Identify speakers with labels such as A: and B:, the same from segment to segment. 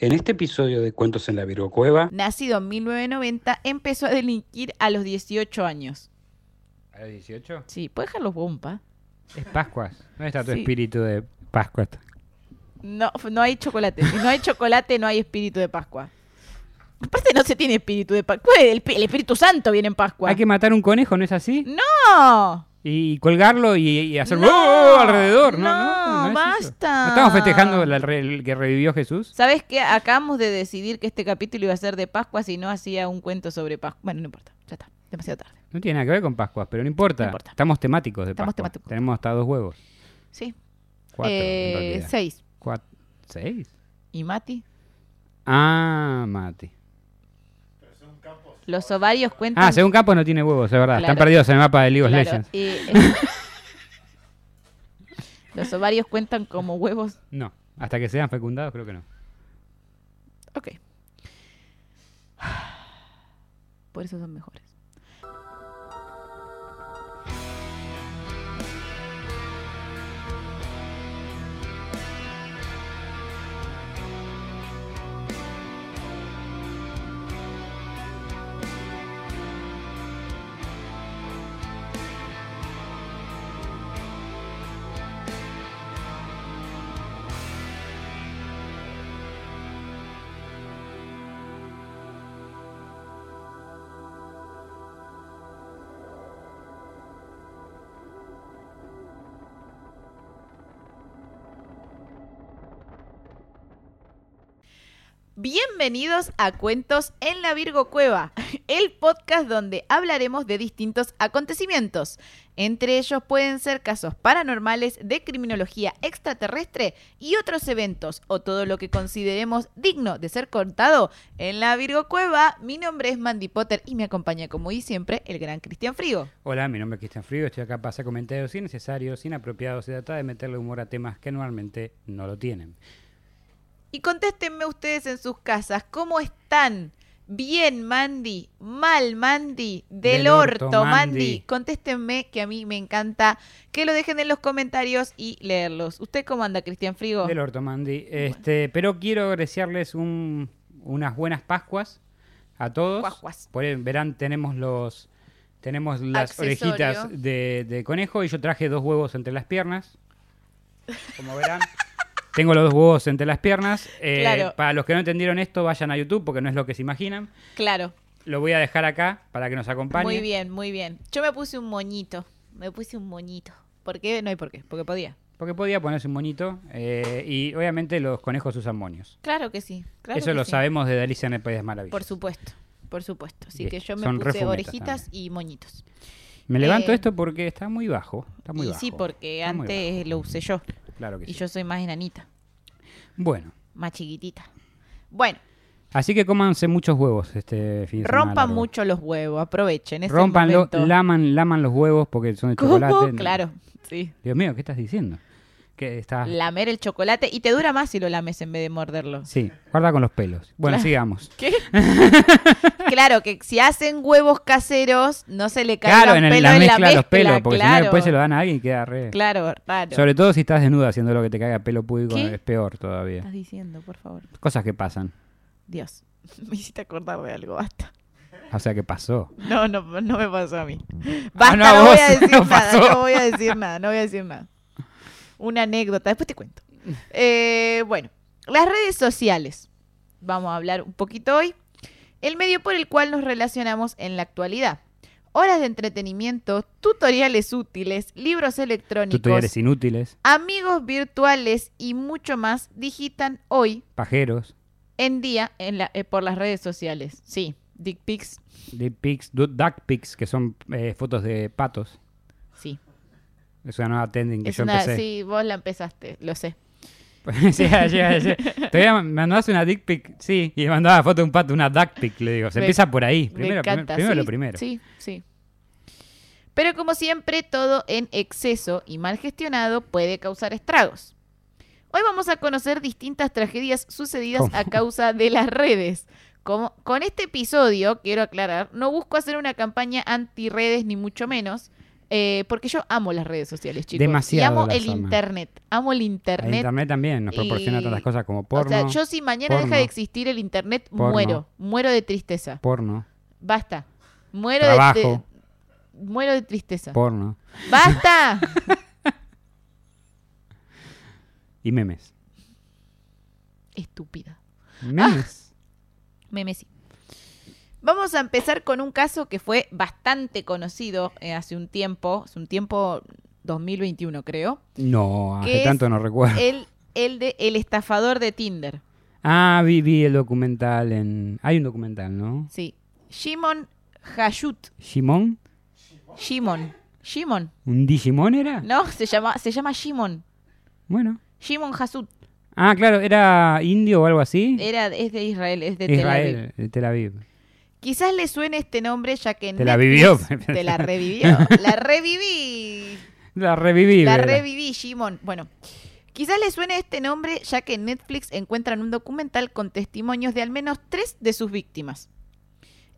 A: En este episodio de Cuentos en la Virgocueva,
B: Nacido en 1990, empezó a delinquir a los 18 años.
C: ¿A los 18?
B: Sí, puedes dejar los bomba.
C: Es Pascuas. ¿Dónde está tu
B: Sí.
C: espíritu de Pascuas?
B: No, no hay chocolate. Si no hay chocolate, no hay espíritu de Pascua. Aparte no se tiene espíritu de Pascua. El, pi- el Espíritu Santo viene en Pascua.
C: Hay que matar un conejo, ¿no es así?
B: ¡No!
C: Y colgarlo y, y hacer
B: No,
C: ¡Oh! alrededor. No, no,
B: no,
C: no es eso.
B: basta.
C: ¿No estamos festejando la re- el que revivió Jesús?
B: ¿Sabes qué? Acabamos de decidir que este capítulo iba a ser de Pascua si no hacía un cuento sobre Pascua. Bueno, no importa. Ya está. Demasiado tarde.
C: No tiene nada que ver con Pascuas, pero no importa.
B: No importa.
C: Estamos temáticos de
B: Estamos
C: Pascua.
B: temáticos.
C: Tenemos hasta dos huevos.
B: Sí.
C: Cuatro,
B: Eh,
C: en realidad.
B: seis.
C: Cuat- ¿Seis?
B: ¿Y Mati?
C: Ah, Mati.
B: Los ovarios cuentan...
C: Ah, según Capo no tiene huevos, es verdad. Están
B: Claro.
C: perdidos en el mapa de League of
B: Claro,
C: Legends.
B: eh, los ovarios cuentan como huevos.
C: No, hasta que sean fecundados creo que no.
B: Ok. Por eso son mejores. Bienvenidos a Cuentos en la Virgo Cueva, el podcast donde hablaremos de distintos acontecimientos. Entre ellos pueden ser casos paranormales, de criminología extraterrestre y otros eventos, o todo lo que consideremos digno de ser contado en la Virgo Cueva. Mi nombre es Mandy Potter y me acompaña, como y siempre, el gran Cristian Frigo.
C: Hola, mi nombre es Cristian Frío, estoy acá para hacer comentarios innecesarios, inapropiados y tratar de meterle humor a temas que normalmente no lo tienen.
B: Y contéstenme ustedes en sus casas, ¿cómo están? Bien, Mandy. Mal, Mandy. Del,
C: Del
B: orto,
C: orto,
B: Mandy.
C: Mandy.
B: Contéstenme, que a mí me encanta que lo dejen en los comentarios y leerlos. ¿Usted cómo anda, Cristian Frigo?
C: Del orto, Mandy. Este, Pero quiero desearles un- unas buenas Pascuas a todos.
B: Pascuas.
C: Por el verán, tenemos los tenemos las
B: Accesorio.
C: orejitas de, de conejo y yo traje dos huevos entre las piernas. Como verán. Tengo los dos huevos entre las piernas. Eh,
B: Claro.
C: Para los que no entendieron esto, vayan a YouTube porque no es lo que se imaginan.
B: Claro.
C: Lo voy a dejar acá para que nos acompañen.
B: Muy bien, muy bien. Yo me puse un moñito. Me puse un moñito. ¿Por qué? No hay por qué. Porque podía.
C: Porque podía ponerse un monito eh, y obviamente los conejos usan moños.
B: Claro que sí. claro
C: Eso
B: que
C: lo
B: sí.
C: sabemos de Alicia en el País de Maravillas.
B: Por supuesto. Por supuesto. Así
C: Bien,
B: que yo me
C: son
B: puse
C: refumetas
B: orejitas
C: también.
B: y moñitos.
C: Me levanto
B: Eh,
C: esto porque está muy bajo. Está muy
B: y
C: bajo.
B: sí, porque
C: Está muy
B: antes lo usé yo.
C: bajo, Claro que
B: Y
C: sí.
B: yo soy más enanita.
C: Bueno,
B: más chiquitita. Bueno,
C: así que cómanse muchos huevos este fin de semana
B: rompan
C: largo.
B: mucho los huevos, aprovechen. Es el
C: Rompanlo,
B: momento.
C: laman, laman los huevos porque son de
B: ¿Cómo?
C: chocolate.
B: Claro, sí.
C: Dios mío, ¿qué estás diciendo? Que está...
B: Lamer el chocolate y te dura más si lo lames en vez de morderlo.
C: Sí, guarda con los pelos. Bueno,
B: Claro.
C: sigamos.
B: ¿Qué? claro, que si hacen huevos caseros, no se le caigan
C: Claro, en, el-
B: pelo
C: la
B: en
C: mezcla
B: la
C: de los
B: mezcla.
C: pelos, porque si no
B: claro,
C: después se lo dan a alguien y queda re...
B: Claro, raro.
C: Sobre todo si estás desnuda haciendo lo que te caiga pelo público,
B: ¿Qué? Ah.
C: es peor todavía.
B: estás diciendo, por favor?
C: Cosas que pasan.
B: Dios, me hiciste acordar de algo, basta.
C: O sea, que pasó.
B: No, no, no me pasó a mí. Basta,
C: Ah, no, a
B: no, voy
C: vos,
B: a decir
C: no
B: nada,
C: pasó.
B: no voy a decir nada, no voy a decir nada. Una anécdota, después te cuento. Eh, bueno, las redes sociales. Vamos a hablar un poquito hoy. El medio por el cual nos relacionamos en la actualidad. Horas de entretenimiento, tutoriales útiles, libros electrónicos,
C: Tutoriales inútiles,
B: amigos virtuales y mucho más digitan hoy
C: pajeros,
B: en día en la- eh, por las redes sociales. Sí, dick pics,
C: dick pics, du- duck pics, que son eh, fotos de patos.
B: sí.
C: Es una nueva trending que
B: Es
C: yo
B: una-
C: empecé.
B: sí, vos la empezaste, lo sé.
C: Sí, sí, sí. Todavía me mandabas una dick pic, sí, y me mandaba foto de un pato, una duck pic, le digo. Se
B: Me-
C: empieza por ahí.
B: Me
C: Primero, primero,
B: encanta.
C: primero
B: sí,
C: lo primero.
B: Sí, sí. Pero como siempre, todo en exceso y mal gestionado puede causar estragos. Hoy vamos a conocer distintas tragedias sucedidas a causa de las redes. Como, con este episodio, quiero aclarar, no busco hacer una campaña anti-redes ni mucho menos. Eh, porque yo amo las redes sociales, chicos.
C: Demasiado
B: Y amo
C: las
B: el
C: ama.
B: internet. Amo el internet.
C: El internet también nos proporciona
B: y-
C: tantas cosas como
B: o
C: porno.
B: sea, yo si mañana
C: porno,
B: deja de existir el internet,
C: porno.
B: muero. Muero de tristeza.
C: Porno,
B: Basta. Muero de,
C: trabajo,
B: de- muero de tristeza.
C: porno
B: ¡Basta!
C: y memes.
B: Estúpida.
C: Memes.
B: Ah. Memesi. Vamos a empezar con un caso que fue bastante conocido eh, hace un tiempo, hace un tiempo 2021 creo,
C: No,
B: ¿Qué
C: hace
B: es
C: tanto no recuerdo.
B: el, el de el estafador de Tinder.
C: Ah, vi, vi el documental en... Hay un documental, ¿no?
B: Sí. Shimon Hayut.
C: ¿Shimon?
B: Shimon. Shimon.
C: ¿Un Digimon era?
B: No, se llama, se llama Shimon.
C: Bueno.
B: Shimon Hasut.
C: Ah, claro, ¿era indio o algo así?
B: Era, es de Israel, es de Tel Aviv.
C: Israel, de Tel Aviv.
B: Quizás le suene este nombre ya que
C: Te la
B: Netflix
C: vivió.
B: Te la revivió. La reviví.
C: La reviví.
B: La
C: ¿verdad?
B: reviví, Shimon. Bueno, quizás le suene este nombre ya que en Netflix encuentran un documental con testimonios de al menos tres de sus víctimas.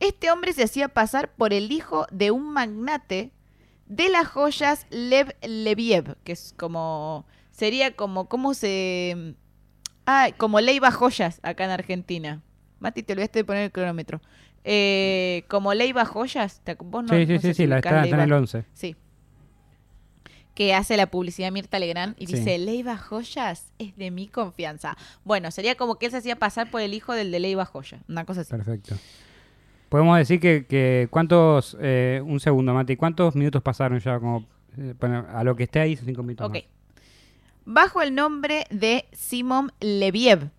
B: Este hombre se hacía pasar por el hijo de un magnate de las joyas Lev Leviev, que es como sería como cómo se ah, como Leiva Joyas acá en Argentina. Mati, te olvidaste de poner el cronómetro. Eh, como Leiva Joyas, ¿te ac- vos no,
C: sí, sí,
B: no
C: sí,
B: sé si
C: sí, la
B: ubicás
C: está, está en
B: Leiva.
C: el 11.
B: Sí. Que hace la publicidad Mirta Legrand y
C: Sí.
B: dice, Leiva Joyas es de mi confianza. Bueno, sería como que él se hacía pasar por el hijo del de Leiva Joya, una cosa así.
C: Perfecto. Podemos decir que, que cuántos, eh, un segundo, Mati, ¿cuántos minutos pasaron ya? Como, eh, bueno, a lo que esté ahí, cinco minutos.
B: Ok.
C: más.
B: Bajo el nombre de Simon Leviev,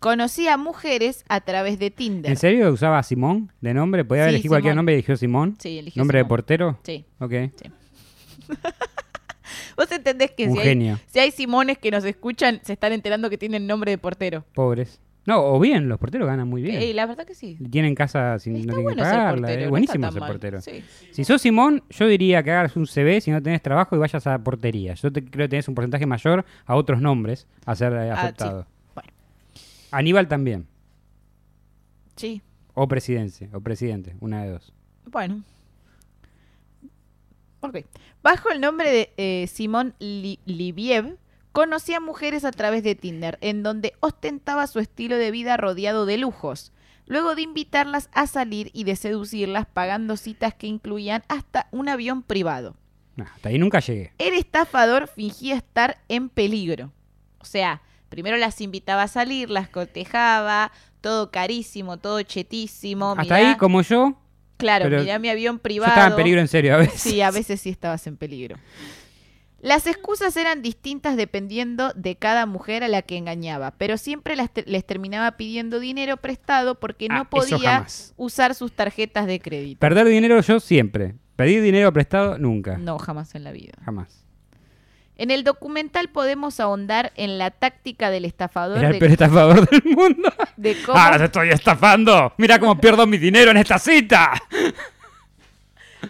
B: conocía a mujeres a través de Tinder.
C: ¿En serio usaba Simón de nombre? ¿Podía
B: Sí,
C: haber elegido cualquier
B: Simón.
C: nombre y eligió Simón?
B: Sí, eligió
C: ¿Nombre de
B: Simón.
C: portero?
B: Sí.
C: Ok.
B: Vos entendés que
C: Un
B: si hay,
C: genio.
B: si hay Simones que nos escuchan, se están enterando que tienen nombre de portero.
C: Pobres. No, o bien, los porteros ganan muy bien.
B: Eh, la verdad que sí.
C: Tienen casa sin
B: Está
C: no tienen
B: bueno
C: que
B: ser
C: pagarla.
B: portero. no
C: es
B: está
C: eh". buenísimo
B: tan
C: ser
B: mal.
C: portero.
B: Sí.
C: Si sos Simón, yo diría que hagas un CV si no tenés trabajo y vayas a portería. Yo te- creo que tenés un porcentaje mayor a otros nombres a ser eh,
B: Ah, sí.
C: aceptado.
B: Bueno,
C: Aníbal también.
B: sí.
C: O presidencia, o presidente, una de dos.
B: Bueno. Ok. Bajo el nombre de eh, Simón Li- Libiev, conocía mujeres a través de Tinder, en donde ostentaba su estilo de vida rodeado de lujos, luego de invitarlas a salir y de seducirlas pagando citas que incluían hasta un avión privado.
C: No, hasta ahí nunca llegué.
B: El estafador fingía estar en peligro. O sea, primero las invitaba a salir, las cortejaba, todo carísimo, todo chetísimo.
C: hasta
B: mirá-
C: ahí, como yo,
B: claro,
C: pero
B: mirá mi avión
C: yo
B: privado.
C: estaba en peligro en serio a veces.
B: Sí, a veces sí estabas en peligro. Las excusas eran distintas dependiendo de cada mujer a la que engañaba, pero siempre las te- les terminaba pidiendo dinero prestado porque no
C: Ah, eso
B: podía
C: jamás.
B: usar sus tarjetas de crédito.
C: Perder dinero yo siempre. Pedir dinero prestado nunca.
B: No, jamás en la vida.
C: Jamás.
B: En el documental podemos ahondar en la táctica del estafador
C: Era el
B: de,
C: peor estafador del mundo.
B: de cómo...
C: ¡Ahora te estoy estafando! ¡Mira cómo pierdo mi dinero en esta cita!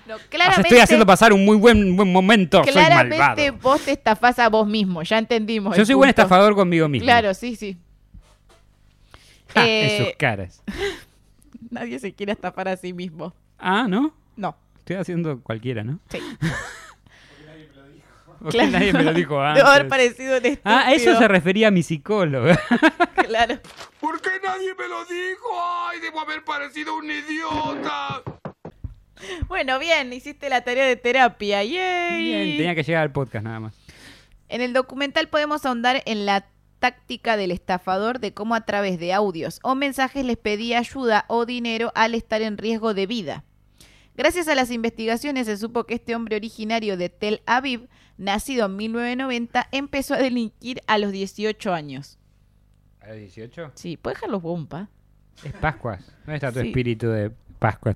B: No,
C: Las
B: claramente,
C: estoy haciendo pasar un muy buen, buen momento. Soy
B: claramente
C: malvado.
B: vos te estafás a vos mismo, ya entendimos.
C: Yo
B: el
C: soy buen
B: punto.
C: estafador conmigo mismo. Ah,
B: Claro, sí, sí.
C: Ja,
B: Eh,
C: En sus caras.
B: Nadie se quiere estafar a sí mismo.
C: Ah, ¿no?
B: No.
C: Estoy haciendo cualquiera, ¿no?
B: Sí.
C: Porque nadie me lo dijo antes.
B: Debo haber parecido un estúpido.
C: Ah, a eso se refería mi psicóloga.
B: Claro.
D: ¿Por qué nadie me lo dijo? ¡Ay, debo haber parecido un idiota!
B: Bueno, bien, hiciste la tarea de terapia. ¡Yay!
C: Bien, tenía que llegar al podcast nada más.
B: En el documental podemos ahondar en la táctica del estafador de cómo a través de audios o mensajes les pedía ayuda o dinero al estar en riesgo de vida. Gracias a las investigaciones se supo que este hombre originario de Tel Aviv, nacido en 1990, empezó a delinquir a los 18 años.
C: ¿A los 18?
B: Sí, ¿puedes dejar los bomba?
C: Es Pascuas. ¿Dónde está tu
B: Sí.
C: espíritu de Pascuas?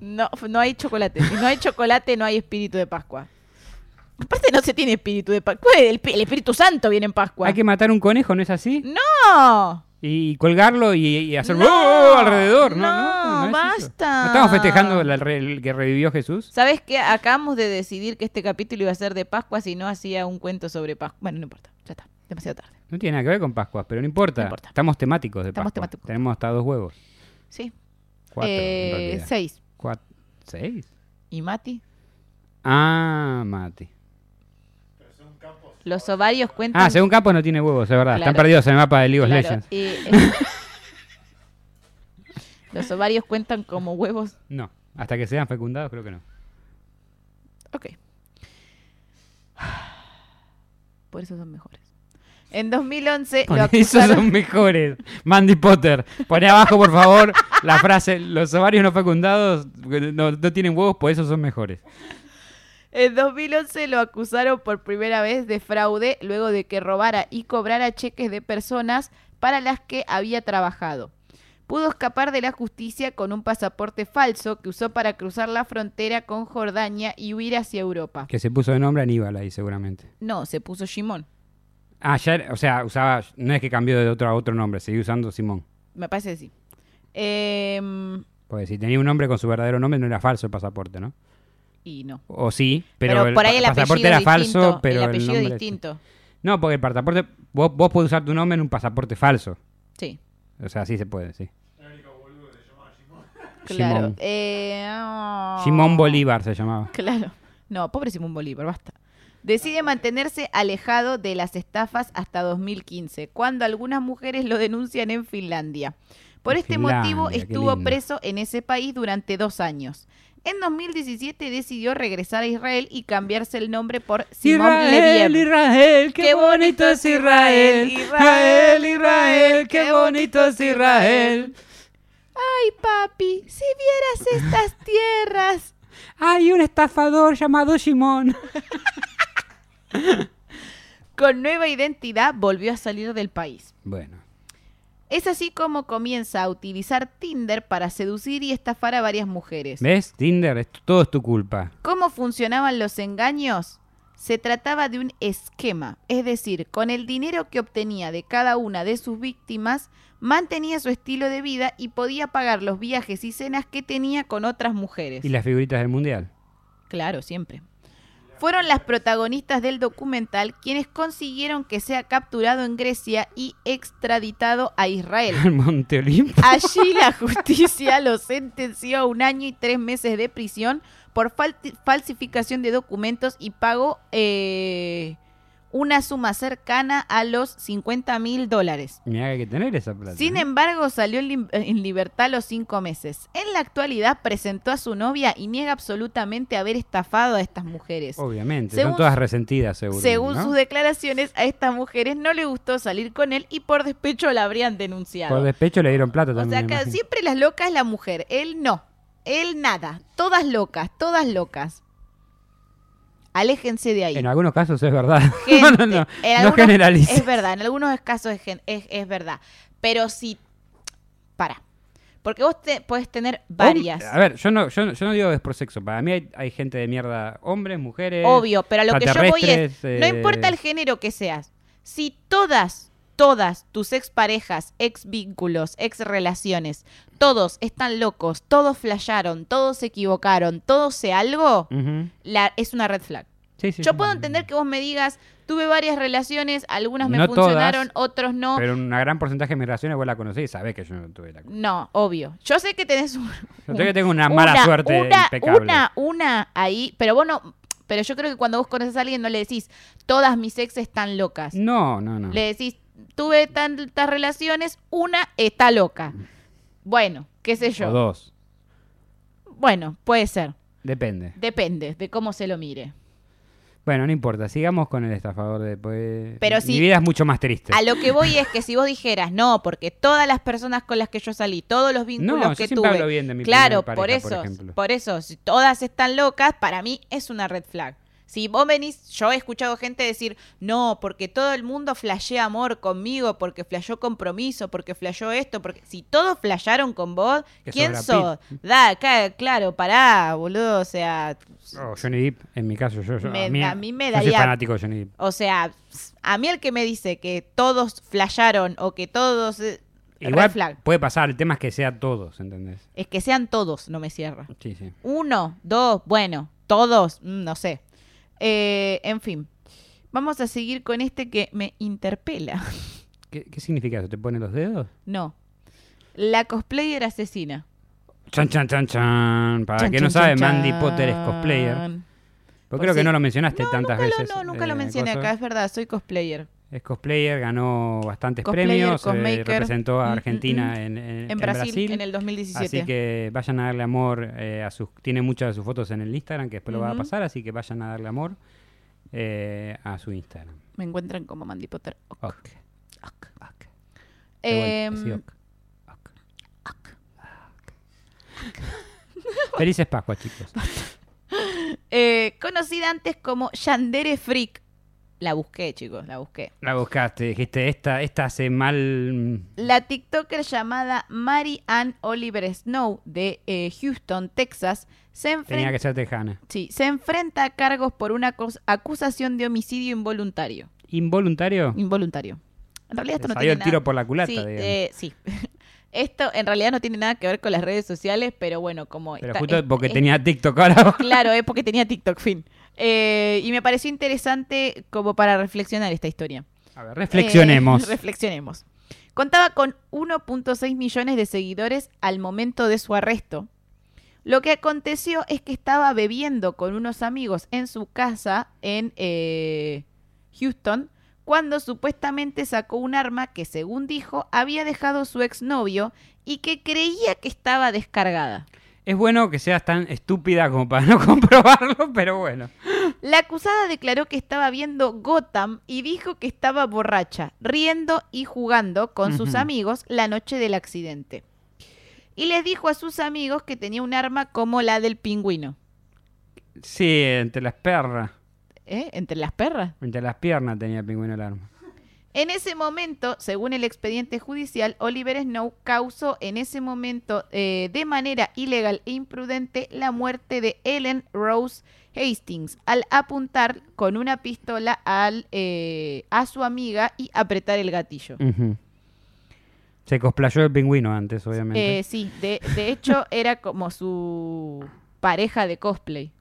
B: No, no hay chocolate. Si no hay chocolate, no hay espíritu de Pascua. Aparte no se tiene espíritu de Pascua. El, el Espíritu Santo viene en Pascua.
C: Hay que matar un conejo, ¿no es así?
B: ¡No!
C: Y colgarlo y, y hacer
B: No,
C: ¡Oh! alrededor. No, no,
B: no,
C: no es eso.
B: basta.
C: ¿No estamos festejando la re- el que revivió Jesús?
B: ¿Sabes qué? Acabamos de decidir que este capítulo iba a ser de Pascua si no hacía un cuento sobre Pascua. Bueno, no importa, ya está, demasiado tarde.
C: No tiene nada que ver con Pascuas, pero no importa.
B: No importa.
C: Estamos temáticos de
B: Estamos
C: Pascua.
B: temáticos.
C: Tenemos hasta dos huevos.
B: Sí.
C: Cuatro,
B: Eh,
C: en realidad.
B: seis.
C: Cuat- ¿Seis?
B: ¿Y Mati?
C: Ah, mate.
B: Los ovarios cuentan.
C: Ah, según Capo no tiene huevos, es verdad. Están
B: Claro.
C: perdidos en el mapa de League of
B: Claro,
C: Legends.
B: eh, los ovarios cuentan como huevos.
C: No, hasta que sean fecundados creo que no.
B: Ok. Por eso son mejores. En 2011 lo
C: Con eso
B: acusaron-
C: son mejores. Mandy Potter, poné abajo por favor la frase, los ovarios no fecundados no, no tienen huevos, por eso son mejores.
B: En 2011 lo acusaron por primera vez de fraude luego de que robara y cobrara cheques de personas para las que había trabajado. Pudo escapar de la justicia con un pasaporte falso que usó para cruzar la frontera con Jordania y huir hacia Europa.
C: Que se puso de nombre Aníbal ahí seguramente.
B: No, se puso Shimon.
C: Ah, ya, era- o sea, usaba, no es que cambió de otro a otro nombre, seguí usando Simón.
B: Me parece que sí. Em,
C: Porque si tenía un nombre con su verdadero nombre no era falso el pasaporte, ¿no?
B: y no.
C: O sí, pero,
B: Pero, por
C: pa-
B: ahí el apellido
C: pasaporte era
B: distinto,
C: falso, pero
B: el
C: el
B: apellido
C: nombre-
B: distinto.
C: No, porque el pasaporte, vos, vos podés usar tu nombre en un pasaporte falso.
B: Sí.
C: O sea, sí se puede, sí.
B: Claro.
C: Simón.
B: Eh, ah.
C: Simón Bolívar se llamaba.
B: Claro. No, pobre Simón Bolívar, basta. Decide mantenerse alejado de las estafas hasta 2015, cuando algunas mujeres lo denuncian en Finlandia. Por
C: En
B: este
C: Finlandia,
B: motivo
C: qué
B: estuvo
C: lindo.
B: preso en ese país durante dos años. En 2017 decidió regresar a Israel y cambiarse el nombre por Simón
C: Israel,
B: Leviev.
C: Israel, qué,
B: Qué
C: bonito es Israel. Israel, Israel, qué bonito es Israel.
B: Ay, papi, si vieras estas tierras.
C: Hay un estafador llamado Simón.
B: Con nueva identidad volvió a salir del país.
C: Bueno,
B: Es así como comienza a utilizar Tinder para seducir y estafar a varias mujeres.
C: ¿ves? Tinder, esto- todo es tu culpa.
B: ¿Cómo funcionaban los engaños? Se trataba de un esquema, es decir, con el dinero que obtenía de cada una de sus víctimas, mantenía su estilo de vida y podía pagar los viajes y cenas que tenía con otras mujeres.
C: Y las figuritas del mundial.
B: Claro, siempre. Fueron las protagonistas del documental quienes consiguieron que sea capturado en Grecia y extraditado a Israel.
C: El Monte Olimpo.
B: Allí la justicia lo sentenció a un año y tres meses de prisión por falti- falsificación de documentos y pagó eh, una suma cercana a los 50 mil dólares.
C: Mira, hay que tener esa plata.
B: Sin em-
C: ¿eh?
B: embargo, salió en lim- en libertad a los cinco meses. En la actualidad presentó a su novia y niega absolutamente haber estafado a estas mujeres.
C: Obviamente,
B: Según
C: son todas
B: su-
C: resentidas, seguro.
B: Según
C: ¿no?
B: sus declaraciones, a estas mujeres no le gustó salir con él y por despecho la habrían denunciado.
C: Por despecho le dieron plata
B: O
C: también.
B: sea,
C: me
B: acá
C: imagino.
B: siempre las locas es la mujer. Él no. Él nada. Todas locas, todas locas. Aléjense de ahí.
C: En algunos casos es verdad. no,
B: Gente,
C: no, no.
B: en
C: no
B: algunos-
C: generalices.
B: Es verdad, en algunos casos es, gen- es, es verdad. Pero si... Para. Porque vos te, puedes tener varias.
C: Hom- A ver, yo no, yo, no- yo no digo es por sexo. Para mí hay, hay gente de mierda, hombres, mujeres.
B: Obvio, pero a lo que yo voy es...
C: extraterrestres, eh,
B: No importa el género que seas. Si todas, todas tus exparejas, ex vínculos, ex relaciones, todos están locos, todos flasharon, todos se equivocaron, todos sé algo,
C: Ujú.
B: la, es una red flag.
C: Sí, sí,
B: Yo
C: sí.
B: puedo entender que vos me digas, tuve varias relaciones, algunas me
C: No todas,
B: funcionaron, otros no.
C: Pero un gran porcentaje de mis relaciones vos la conocés y sabés que yo no tuve la culpa.
B: No, obvio. Yo sé que tenés un-
C: Yo sé que tengo una mala suerte
B: una,
C: impecable.
B: Una, una ahí, pero vos no... Pero yo creo que cuando vos conoces a alguien no le decís, todas mis ex están locas.
C: No, no, no.
B: Le decís, tuve tantas relaciones, una está loca. Bueno, qué sé
C: O
B: yo.
C: dos.
B: Bueno, puede ser.
C: Depende.
B: Depende de cómo se lo mire.
C: Bueno, no importa. Sigamos con el estafador de. pues,
B: Pero
C: mi
B: si-
C: vida es mucho más triste.
B: A lo que voy es que si vos dijeras, no, porque todas las personas con las que yo salí, todos los vínculos
C: No, yo
B: que
C: siempre
B: tuve.
C: hablo bien de mi primera
B: claro, por
C: pareja,
B: eso,
C: por ejemplo.
B: por eso, si todas están locas, para mí es una red flag. Si vos venís, yo he escuchado gente decir, no, porque todo el mundo flashea amor conmigo, porque flasheó compromiso, porque flasheó esto, porque si todos flashearon con vos,
C: Que
B: ¿quién
C: sobra
B: sos? Da, acá, claro, pará, boludo, o sea,
C: O Oh, Johnny Depp, en mi caso, yo. yo-
B: Me-
C: a, mí,
B: a mí me
C: Yo
B: daría-
C: soy fanático de Johnny Depp.
B: o sea, a mí el que me dice que todos flashearon o que todos... eh,
C: Igual
B: red flag.
C: puede pasar. El tema es que sea todos, ¿entendés?
B: Es que sean todos, no me cierra.
C: Sí, sí.
B: Uno, dos, bueno, todos, mm, no sé. Eh, en fin, vamos a seguir con este que me interpela.
C: ¿Qué, qué significa eso? ¿Te ponen los dedos?
B: No. La cosplayer asesina.
C: Chan, chan, chan, chan. Para
B: Chan,
C: el que no
B: chan,
C: sabe,
B: chan,
C: Mandy
B: chan.
C: Potter es cosplayer. Pero
B: Por
C: creo que
B: si-
C: no lo mencionaste
B: No,
C: tantas
B: nunca lo-
C: veces.
B: no, nunca lo
C: eh,
B: mencioné
C: cosa.
B: acá, es verdad, soy cosplayer.
C: Es cosplayer, ganó bastantes
B: Cosplayer,
C: premios, eh,
B: cosmaker.
C: representó
B: Mm, mm,
C: a Argentina
B: mm.
C: en, en-
B: En,
C: en
B: Brasil, en el 2017.
C: Así que vayan a darle amor eh, a sus... Tiene muchas de sus fotos en el Instagram, que después lo va a
B: Ujú.
C: pasar, así que vayan a darle amor eh, a su Instagram.
B: Me encuentran como Mandy Potter. Ok.
C: Ok.
B: Ok.
C: Ok.
B: Em,
C: Así, ok. Ok. Ok. Felices Pascuas, chicos.
B: eh, conocida antes como Yandere Freak. La busqué, chicos, la busqué.
C: La buscaste, dijiste, esta, esta hace mal... mm,
B: La TikToker llamada Mary Ann Oliver Snow de eh, Houston, Texas, se
C: Tenía que
B: enfrenta,
C: ser tejana.
B: sí, se enfrenta a cargos por una acus- acusación de homicidio involuntario.
C: ¿Involuntario?
B: Involuntario. En realidad esto
C: Le
B: no
C: salió
B: tiene
C: el tiro
B: nada-
C: por la culata,
B: sí,
C: digamos.
B: eh, sí. Esto en realidad no tiene nada que ver con las redes sociales, pero bueno, como...
C: Pero
B: está- eh,
C: justo
B: es-
C: porque
B: es-
C: tenía TikTok ahora.
B: Claro, es porque tenía TikTok, fin. Eh, y me pareció interesante como para reflexionar esta historia.
C: A ver, reflexionemos.
B: Eh, reflexionemos. Contaba con 1.6 millones de seguidores al momento de su arresto. Lo que aconteció es que estaba bebiendo con unos amigos en su casa en eh, Houston cuando supuestamente sacó un arma que, según dijo, había dejado su exnovio y que creía que estaba descargada.
C: es bueno que seas tan estúpida como para no comprobarlo, pero bueno.
B: La acusada declaró que estaba viendo Gotham y dijo que estaba borracha, riendo y jugando con sus
C: Ujú.
B: amigos la noche del accidente. Y les dijo a sus amigos que tenía un arma como la del pingüino.
C: Sí, entre las perras.
B: ¿Eh? Entre las perras.
C: Entre las piernas tenía el pingüino el arma.
B: En ese momento, según el expediente judicial, Oliver Snow causó en ese momento eh, de manera ilegal e imprudente la muerte de Ellen Rose Hastings al apuntar con una pistola al, eh, a su amiga y apretar el gatillo.
C: Ujú. Se cosplayó el pingüino antes, obviamente.
B: Eh, sí, de, de hecho era como su pareja de cosplay.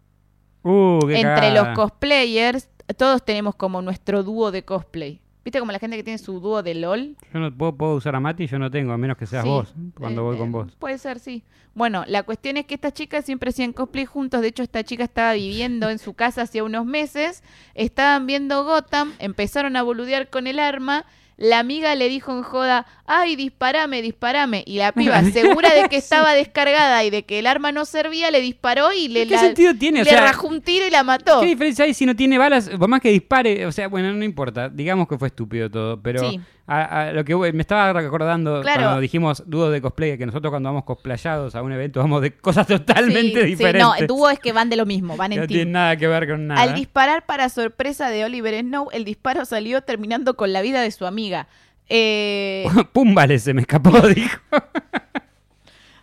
C: Uh, qué
B: Entre
C: cagada.
B: los cosplayers, todos tenemos como nuestro dúo de cosplay. ¿Viste como la gente que tiene su dúo de LOL?
C: Yo no puedo, puedo usar a Mati, yo no tengo, a menos que seas
B: Sí,
C: vos, cuando
B: eh,
C: voy
B: eh,
C: con vos.
B: Puede ser, sí. Bueno, la cuestión es que estas chicas siempre hacían cosplay juntos. De hecho, esta chica estaba viviendo en su casa hacía unos meses. Estaban viendo Gotham, empezaron a boludear con el arma. La amiga le dijo en joda, ay, disparame, disparame. Y la piba, segura de que estaba descargada y de que el arma no servía, le disparó y le,
C: ¿Qué
B: la-
C: sentido tiene? O
B: le
C: sea,
B: rajó un tiro y la mató.
C: ¿Qué diferencia hay si no tiene balas? Por más que dispare, o sea, bueno, no importa. Digamos que fue estúpido todo, pero
B: Sí.
C: a, a lo que voy- me estaba recordando
B: Claro.
C: cuando dijimos dúos de cosplay, que nosotros cuando vamos cosplayados a un evento vamos de cosas totalmente
B: Sí, sí,
C: diferentes.
B: no, dúo es que van de lo mismo, van en
C: no
B: team.
C: tiene nada que ver con nada.
B: Al disparar para sorpresa de Oliver Snow, el disparo salió terminando con la vida de su amiga. Eh,
C: Pum, vale, se me escapó, dijo.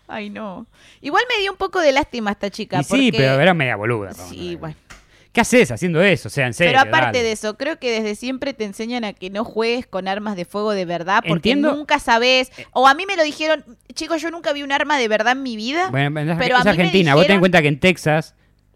B: ay, no. Igual me dio un poco de lástima esta chica.
C: Y sí,
B: porque-
C: pero era media boluda. Ramona.
B: Sí, bueno.
C: ¿Qué haces haciendo eso? O sea, en serio.
B: Pero aparte
C: dale.
B: de eso, creo que desde siempre te enseñan a que no juegues con armas de fuego de verdad porque
C: Entiendo. Eh,
B: nunca sabes. O a mí me lo dijeron, chicos, yo nunca vi un arma de verdad en mi vida.
C: Bueno, es,
B: pero a
C: es
B: mí me
C: Argentina. Vos ten en
B: dijeron-
C: cuenta que en Texas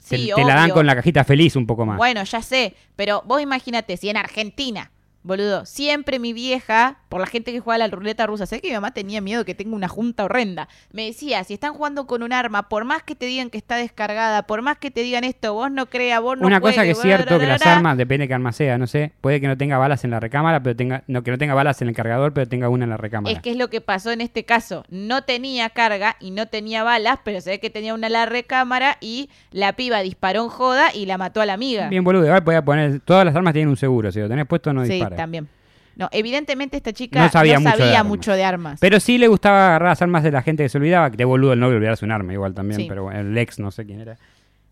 C: te,
B: Sí,
C: te la dan
B: obvio.
C: con la cajita feliz un poco más.
B: Bueno, ya sé, pero vos imagínate, si en Argentina, boludo, siempre mi vieja, por la gente que juega a la ruleta rusa, sé que mi mamá tenía miedo que tenga una junta horrenda. Me decía, si están jugando con un arma, por más que te digan que está descargada, por más que te digan esto, vos no creas, vos no
C: Una cosa que
B: juegues,
C: es
B: bla,
C: cierto
B: bla,
C: que
B: bla,
C: las
B: bla.
C: armas, depende de qué arma sea, no sé, puede que no tenga balas en la recámara, pero tenga, no, que no tenga balas en el cargador, pero tenga una en la recámara.
B: Es que es lo que pasó en este caso. No tenía carga y no tenía balas, pero se ve que tenía una en la recámara y la piba disparó en joda y la mató a la amiga.
C: Bien boludo, igual podía poner, todas las armas tienen un seguro, si lo tenés puesto no
B: sí,
C: disparas.
B: también. No, evidentemente esta chica
C: No sabía mucho de
B: sabía
C: armas.
B: mucho de armas.
C: Pero sí le gustaba agarrar las armas de la gente que se olvidaba, que de boludo el novio olvidarse un arma igual también,
B: Sí.
C: pero bueno, el ex no sé quién era.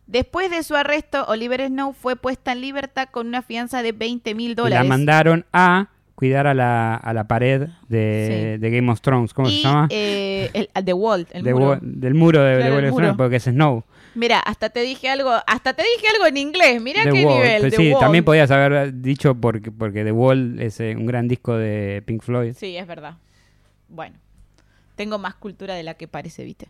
B: Después de su arresto, Oliver Snow fue puesta en libertad con una fianza de 20 mil
C: Y la
B: dólares.
C: mandaron a cuidar a la, a la pared de,
B: Sí.
C: de Game of Thrones, ¿cómo se
B: y,
C: llama?
B: eh, el, al The Wall, el
C: De
B: muro.
C: Wo- del muro de, de
B: Claro, el
C: Game of Thrones,
B: muro.
C: porque es Snow.
B: Mira, hasta te dije algo, hasta te dije algo en inglés. Mira
C: The
B: qué
C: Wall.
B: nivel.
C: Pues
B: The
C: sí,
B: Wall.
C: también podías haber dicho porque, porque The Wall es eh, un gran disco de Pink Floyd.
B: Sí, es verdad. Bueno, tengo más cultura de la que parece, viste.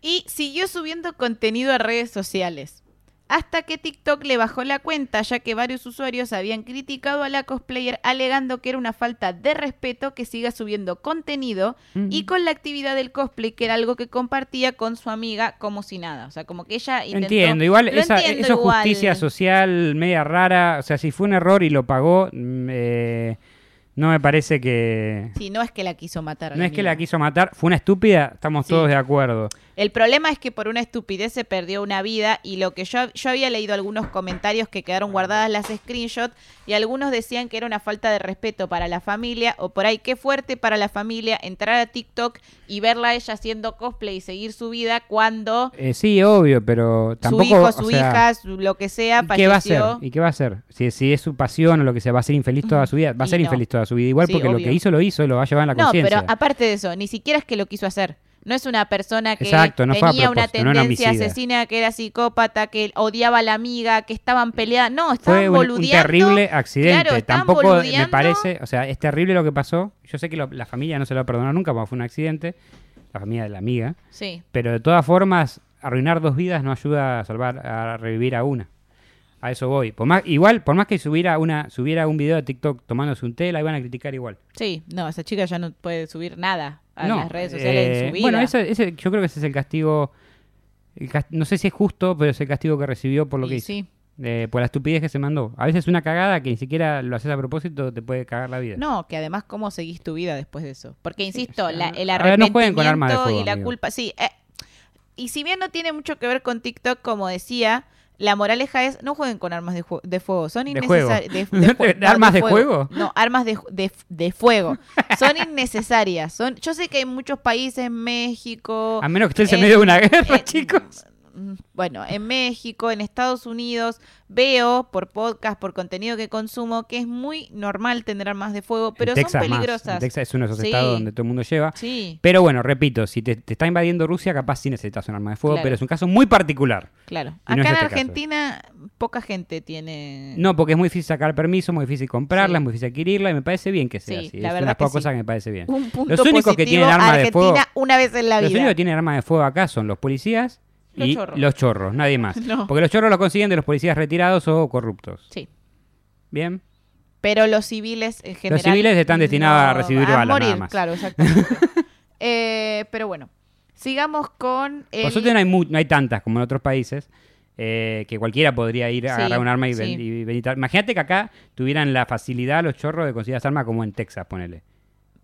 B: Y siguió subiendo contenido a redes sociales. Hasta que TikTok le bajó la cuenta, ya que varios usuarios habían criticado a la cosplayer alegando que era una falta de respeto que siga subiendo contenido y con la actividad del cosplay, que era algo que compartía con su amiga como si nada. O sea, como que ella intentó...
C: entiendo, igual
B: Lo
C: esa,
B: entiendo
C: eso es
B: igual.
C: justicia social media rara. O sea, si fue un error y lo pagó, mm, eh, no me parece que.
B: Sí, no es que la quiso matar. a
C: No es que la
B: mina.
C: quiso matar, fue una estúpida, estamos
B: Sí.
C: todos de acuerdo.
B: El problema es que por una estupidez se perdió una vida y lo que yo, yo había leído algunos comentarios que quedaron guardadas las screenshots y algunos decían que era una falta de respeto para la familia o por ahí qué fuerte para la familia entrar a TikTok y verla a ella haciendo cosplay y seguir su vida cuando
C: Eh, sí, obvio, pero tampoco.
B: su hijo, su
C: o sea,
B: hija, su- lo que sea,
C: ¿y ¿Qué va a hacer?
B: falleció.
C: ¿Y qué va a hacer? Si, si es su pasión o lo que sea, va a ser infeliz toda su vida. Va a
B: Y
C: ser
B: no.
C: infeliz toda su vida. Igual
B: Sí,
C: porque lo
B: obvio.
C: que hizo, lo hizo, lo va a llevar en la
B: No,
C: conciencia.
B: pero aparte de eso, ni siquiera es que lo quiso hacer. No es una persona que
C: Exacto, no fue a
B: tenía una
C: propósito, no era
B: tendencia
C: homicida.
B: asesina, que era psicópata, que odiaba a la amiga, que estaban peleadas. No, estaban
C: Fue un- un,
B: boludeando.
C: terrible accidente.
B: Claro, estaban
C: Tampoco me
B: boludeando.
C: parece, o sea, es terrible lo que pasó. Yo sé que lo- la familia no se lo va a perdonar nunca porque fue un accidente, la familia de la amiga.
B: Sí.
C: Pero de todas formas, arruinar dos vidas no ayuda a salvar, a revivir a una. A eso voy. Por más, igual, por más que subiera una, subiera un video de TikTok tomándose un té, la iban a criticar igual.
B: Sí, no, esa chica ya no puede subir nada a
C: No,
B: las redes sociales en
C: eh,
B: su vida.
C: Bueno, ese- ese- yo creo que ese es el castigo. el cas- no sé si es justo, pero es el castigo que recibió por lo
B: Y
C: que hizo.
B: sí.
C: Eh, por la estupidez que se mandó. A veces una cagada que ni siquiera lo haces a propósito te puede cagar la vida.
B: No, que además cómo seguís tu vida después de eso. Porque insisto,
C: o sea,
B: la- el
C: a ver, no jueguen
B: arrepentimiento
C: con armas de fuego,
B: y la
C: amigo.
B: culpa, sí. eh, y si bien no tiene mucho que ver con TikTok, como decía, la moraleja es no jueguen con armas de, ju- de fuego, son
C: De juego.
B: innecesarias.
C: ¿De armas de juego?
B: No, armas de, ju- de, de fuego. Son innecesarias. Son, yo sé que hay muchos países, México,
C: A menos que estés en
B: eh,
C: medio de una guerra,
B: eh,
C: chicos.
B: mm, Bueno, en México, en Estados Unidos, veo por podcast, por contenido que consumo, que es muy normal tener armas de fuego, pero
C: En Texas
B: son
C: más.
B: peligrosas.
C: En Texas es uno de esos
B: Sí.
C: estados donde todo el mundo lleva.
B: Sí,
C: Pero bueno, repito, si te, te está invadiendo Rusia, capaz sí necesitas un arma de fuego,
B: Claro.
C: pero es un caso muy particular.
B: claro.
C: Y no
B: Acá
C: es este
B: en
C: caso.
B: Argentina poca gente tiene...
C: No, porque es muy difícil sacar permiso, muy difícil comprarla,
B: Mm. Sí.
C: es muy difícil adquirirla, y me parece bien que sea
B: Sí,
C: así.
B: la
C: es una de
B: verdad
C: las
B: que
C: pocas
B: sí.
C: cosas que me parece bien.
B: Un punto
C: Los únicos que
B: positivo
C: tienen
B: a
C: arma de
B: Argentina
C: fuego-
B: una vez en la
C: Los
B: vida.
C: únicos que tienen armas de fuego acá son los policías
B: Los
C: y
B: chorros.
C: los chorros, nadie más.
B: No.
C: Porque los chorros los consiguen de los policías retirados o corruptos.
B: Sí,
C: Bien.
B: pero los civiles en general...
C: civiles están destinados a recibir
B: a
C: balas, nada
B: morir,
C: más.
B: claro, exactamente. Eh, pero bueno, sigamos con... El...
C: Por suerte no hay, mu- no hay tantas como en otros países. eh, que cualquiera podría ir a
B: Sí,
C: agarrar un arma y,
B: sí.
C: ven- y venir. a- Imagínate que acá tuvieran la facilidad los chorros de conseguir las armas como en Texas, ponele.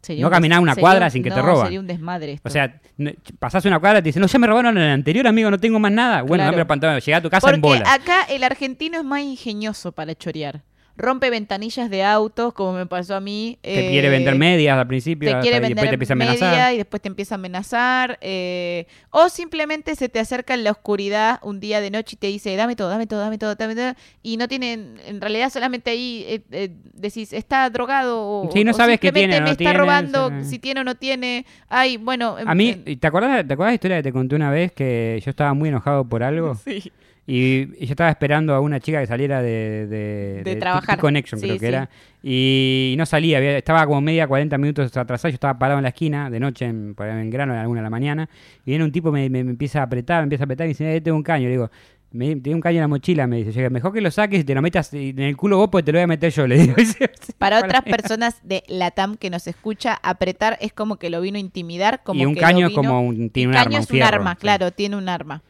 B: Sería
C: no
B: un
C: caminar
B: des-
C: una
B: sería
C: cuadra
B: un-
C: sin que te
B: no,
C: roban.
B: sería un desmadre esto.
C: O sea, no- pasás una cuadra y te dicen, no, ya me robaron en el anterior, amigo, no tengo más nada. Bueno,
B: Claro.
C: dame los pantalones, llega a tu casa
B: Porque
C: en bola.
B: acá el argentino es más ingenioso para chorear. Rompe ventanillas de autos, como me pasó a mí.
C: Te
B: eh,
C: quiere vender medias al principio
B: Te
C: hasta-
B: quiere
C: y después te
B: vender
C: empieza a amenazar.
B: media y después te empieza a amenazar. eh, o simplemente se te acerca en la oscuridad un día de noche y te dice, dame todo, dame todo, dame todo, dame todo. Y no tienen, en realidad solamente ahí eh, eh, decís, está drogado o,
C: Sí, no
B: o
C: sabes qué
B: simplemente
C: tiene, no
B: me está
C: tiene,
B: robando,
C: sí.
B: si tiene o no tiene. Ay, bueno. em-
C: A mí,
B: em,
C: ¿te acordás, ¿te acordás la historia que te conté una vez que yo estaba muy enojado por algo?
B: sí.
C: Y, y yo estaba esperando a una chica que saliera de... De,
B: De trabajar.
C: TT Connection,
B: Sí,
C: creo que
B: sí.
C: era. Y no salía, había- estaba como media 40 minutos atrasado. Yo estaba parado en la esquina, de noche, en, por ahí en grano, en alguna de la mañana. Y viene un tipo, me, me- me empieza a apretar, me empieza a apretar y me dice, eh, tengo un caño. Le digo, me, tengo un caño en la mochila, me dice. Yo digo, mejor que lo saques y te lo metas en el culo vos porque te lo voy a meter yo, le digo.
B: Para otras personas de Latam que nos escucha, apretar es como que lo vino a intimidar, como
C: y un
B: que
C: caño
B: lo
C: es
B: vino-
C: como un, tiene un
B: caño
C: arma, un
B: es
C: fierro.
B: un arma,
C: sí.
B: claro, tiene un arma.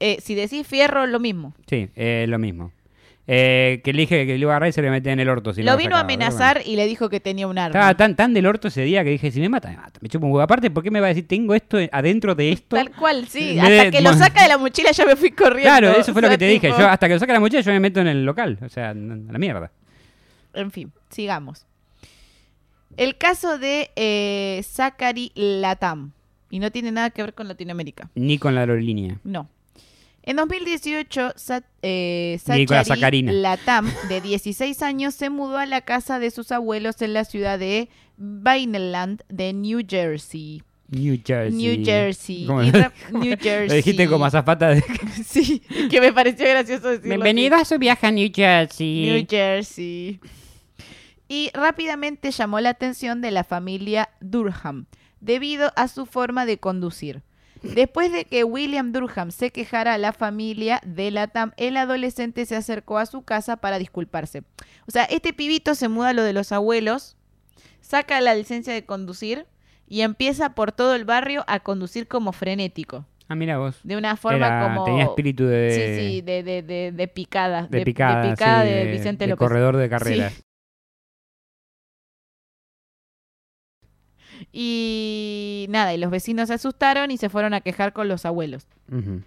B: Eh, si decís fierro, lo mismo.
C: Sí, eh, lo mismo. Eh, que le dije que lo iba a agarrar y se lo metía en el orto. Si no
B: lo vino a
C: sacaba, pero bueno.
B: amenazar y le dijo que tenía un arma.
C: Estaba tan, tan del orto ese día que dije, si me mata, me mata. Me chupo un huevo. Aparte, ¿por qué me va a decir, tengo esto adentro de esto?
B: Tal cual, sí.
C: Me-
B: Hasta que lo
C: bueno.
B: saca de la mochila ya me fui corriendo.
C: Claro, eso
B: O
C: fue lo
B: sea,
C: que te dije.
B: tipo-
C: Yo, hasta que lo saque la mochila, yo me meto en el local. O sea, n- a la mierda.
B: En fin, sigamos. El caso de eh, Zachary Latam. Y no tiene nada que ver con Latinoamérica.
C: Ni con la aerolínea.
B: No. En 2018, Sa- eh,
C: Nicolás
B: Zachary
C: Sacarina.
B: Latam, de 16 años, se mudó a la casa de sus abuelos en la ciudad de Vineland, de New Jersey.
C: New Jersey.
B: New Jersey.
C: ¿Cómo
B: Y
C: lo-
B: ra-
C: cómo-
B: New Jersey.
C: Lo dijiste como azafata de...
B: Sí, que me pareció gracioso decirlo. así.
C: Bienvenido a su viaje a New Jersey.
B: New Jersey. Y rápidamente llamó la atención de la familia Durham, debido a su forma de conducir. Después de que William Durham se quejara a la familia de Latam, el adolescente se acercó a su casa para disculparse. O sea, este pibito se muda a lo de los abuelos, saca la licencia de conducir y empieza por todo el barrio a conducir como frenético.
C: Ah, mira vos.
B: De una forma
C: Era-
B: como.
C: Tenía espíritu de,
B: Sí, sí, de, de, de, de picada.
C: de, picada.
B: De, picada
C: sí,
B: de Vicente
C: de
B: López.
C: corredor de carreras.
B: Y nada, y los vecinos se asustaron y se fueron a quejar con los abuelos.
C: Ujú.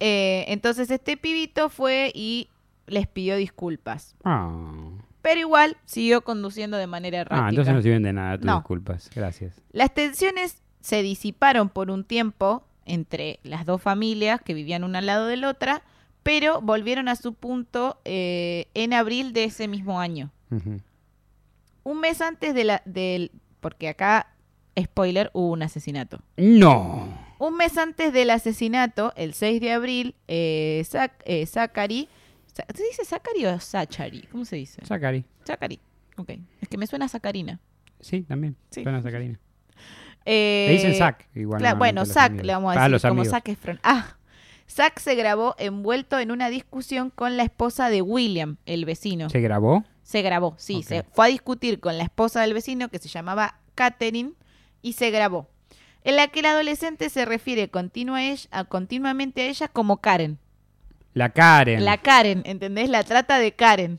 B: Eh, entonces este pibito fue y les pidió disculpas.
C: Ah.
B: Pero igual siguió conduciendo de manera errática.
C: Ah, entonces no sirven de nada tus
B: No.
C: disculpas. Gracias.
B: Las tensiones se disiparon por un tiempo entre las dos familias que vivían una al lado de la otra, pero volvieron a su punto eh, en abril de ese mismo año.
C: Ujú.
B: Un mes antes de la, del... Porque acá, spoiler, hubo un asesinato.
C: No.
B: Un mes antes del asesinato, el 6 de abril, eh, Zac- eh, Zachary... Sa- ¿Se dice Zachary o Zachary? ¿Cómo se dice?
C: Zacari.
B: Zachary. Ok. Es que me suena a Sacarina.
C: Sí, también.
B: Sí.
C: Suena Zacarina.
B: Eh,
C: Le dicen Zac. Igual.
B: Cla-
C: normalmente
B: bueno,
C: a los
B: Zack
C: amigos.
B: le vamos a
C: Ah,
B: decir
C: los
B: como
C: amigos.
B: Zac Efron. Ah, Zack se grabó envuelto en una discusión con la esposa de William, el vecino.
C: ¿Se grabó?
B: Se grabó, sí,
C: Ok.
B: se fue a discutir con la esposa del vecino que se llamaba Catherine y se grabó. En la que el adolescente se refiere continua a ella- a- continuamente a ella como Karen.
C: La Karen.
B: La Karen, ¿entendés? La trata de Karen.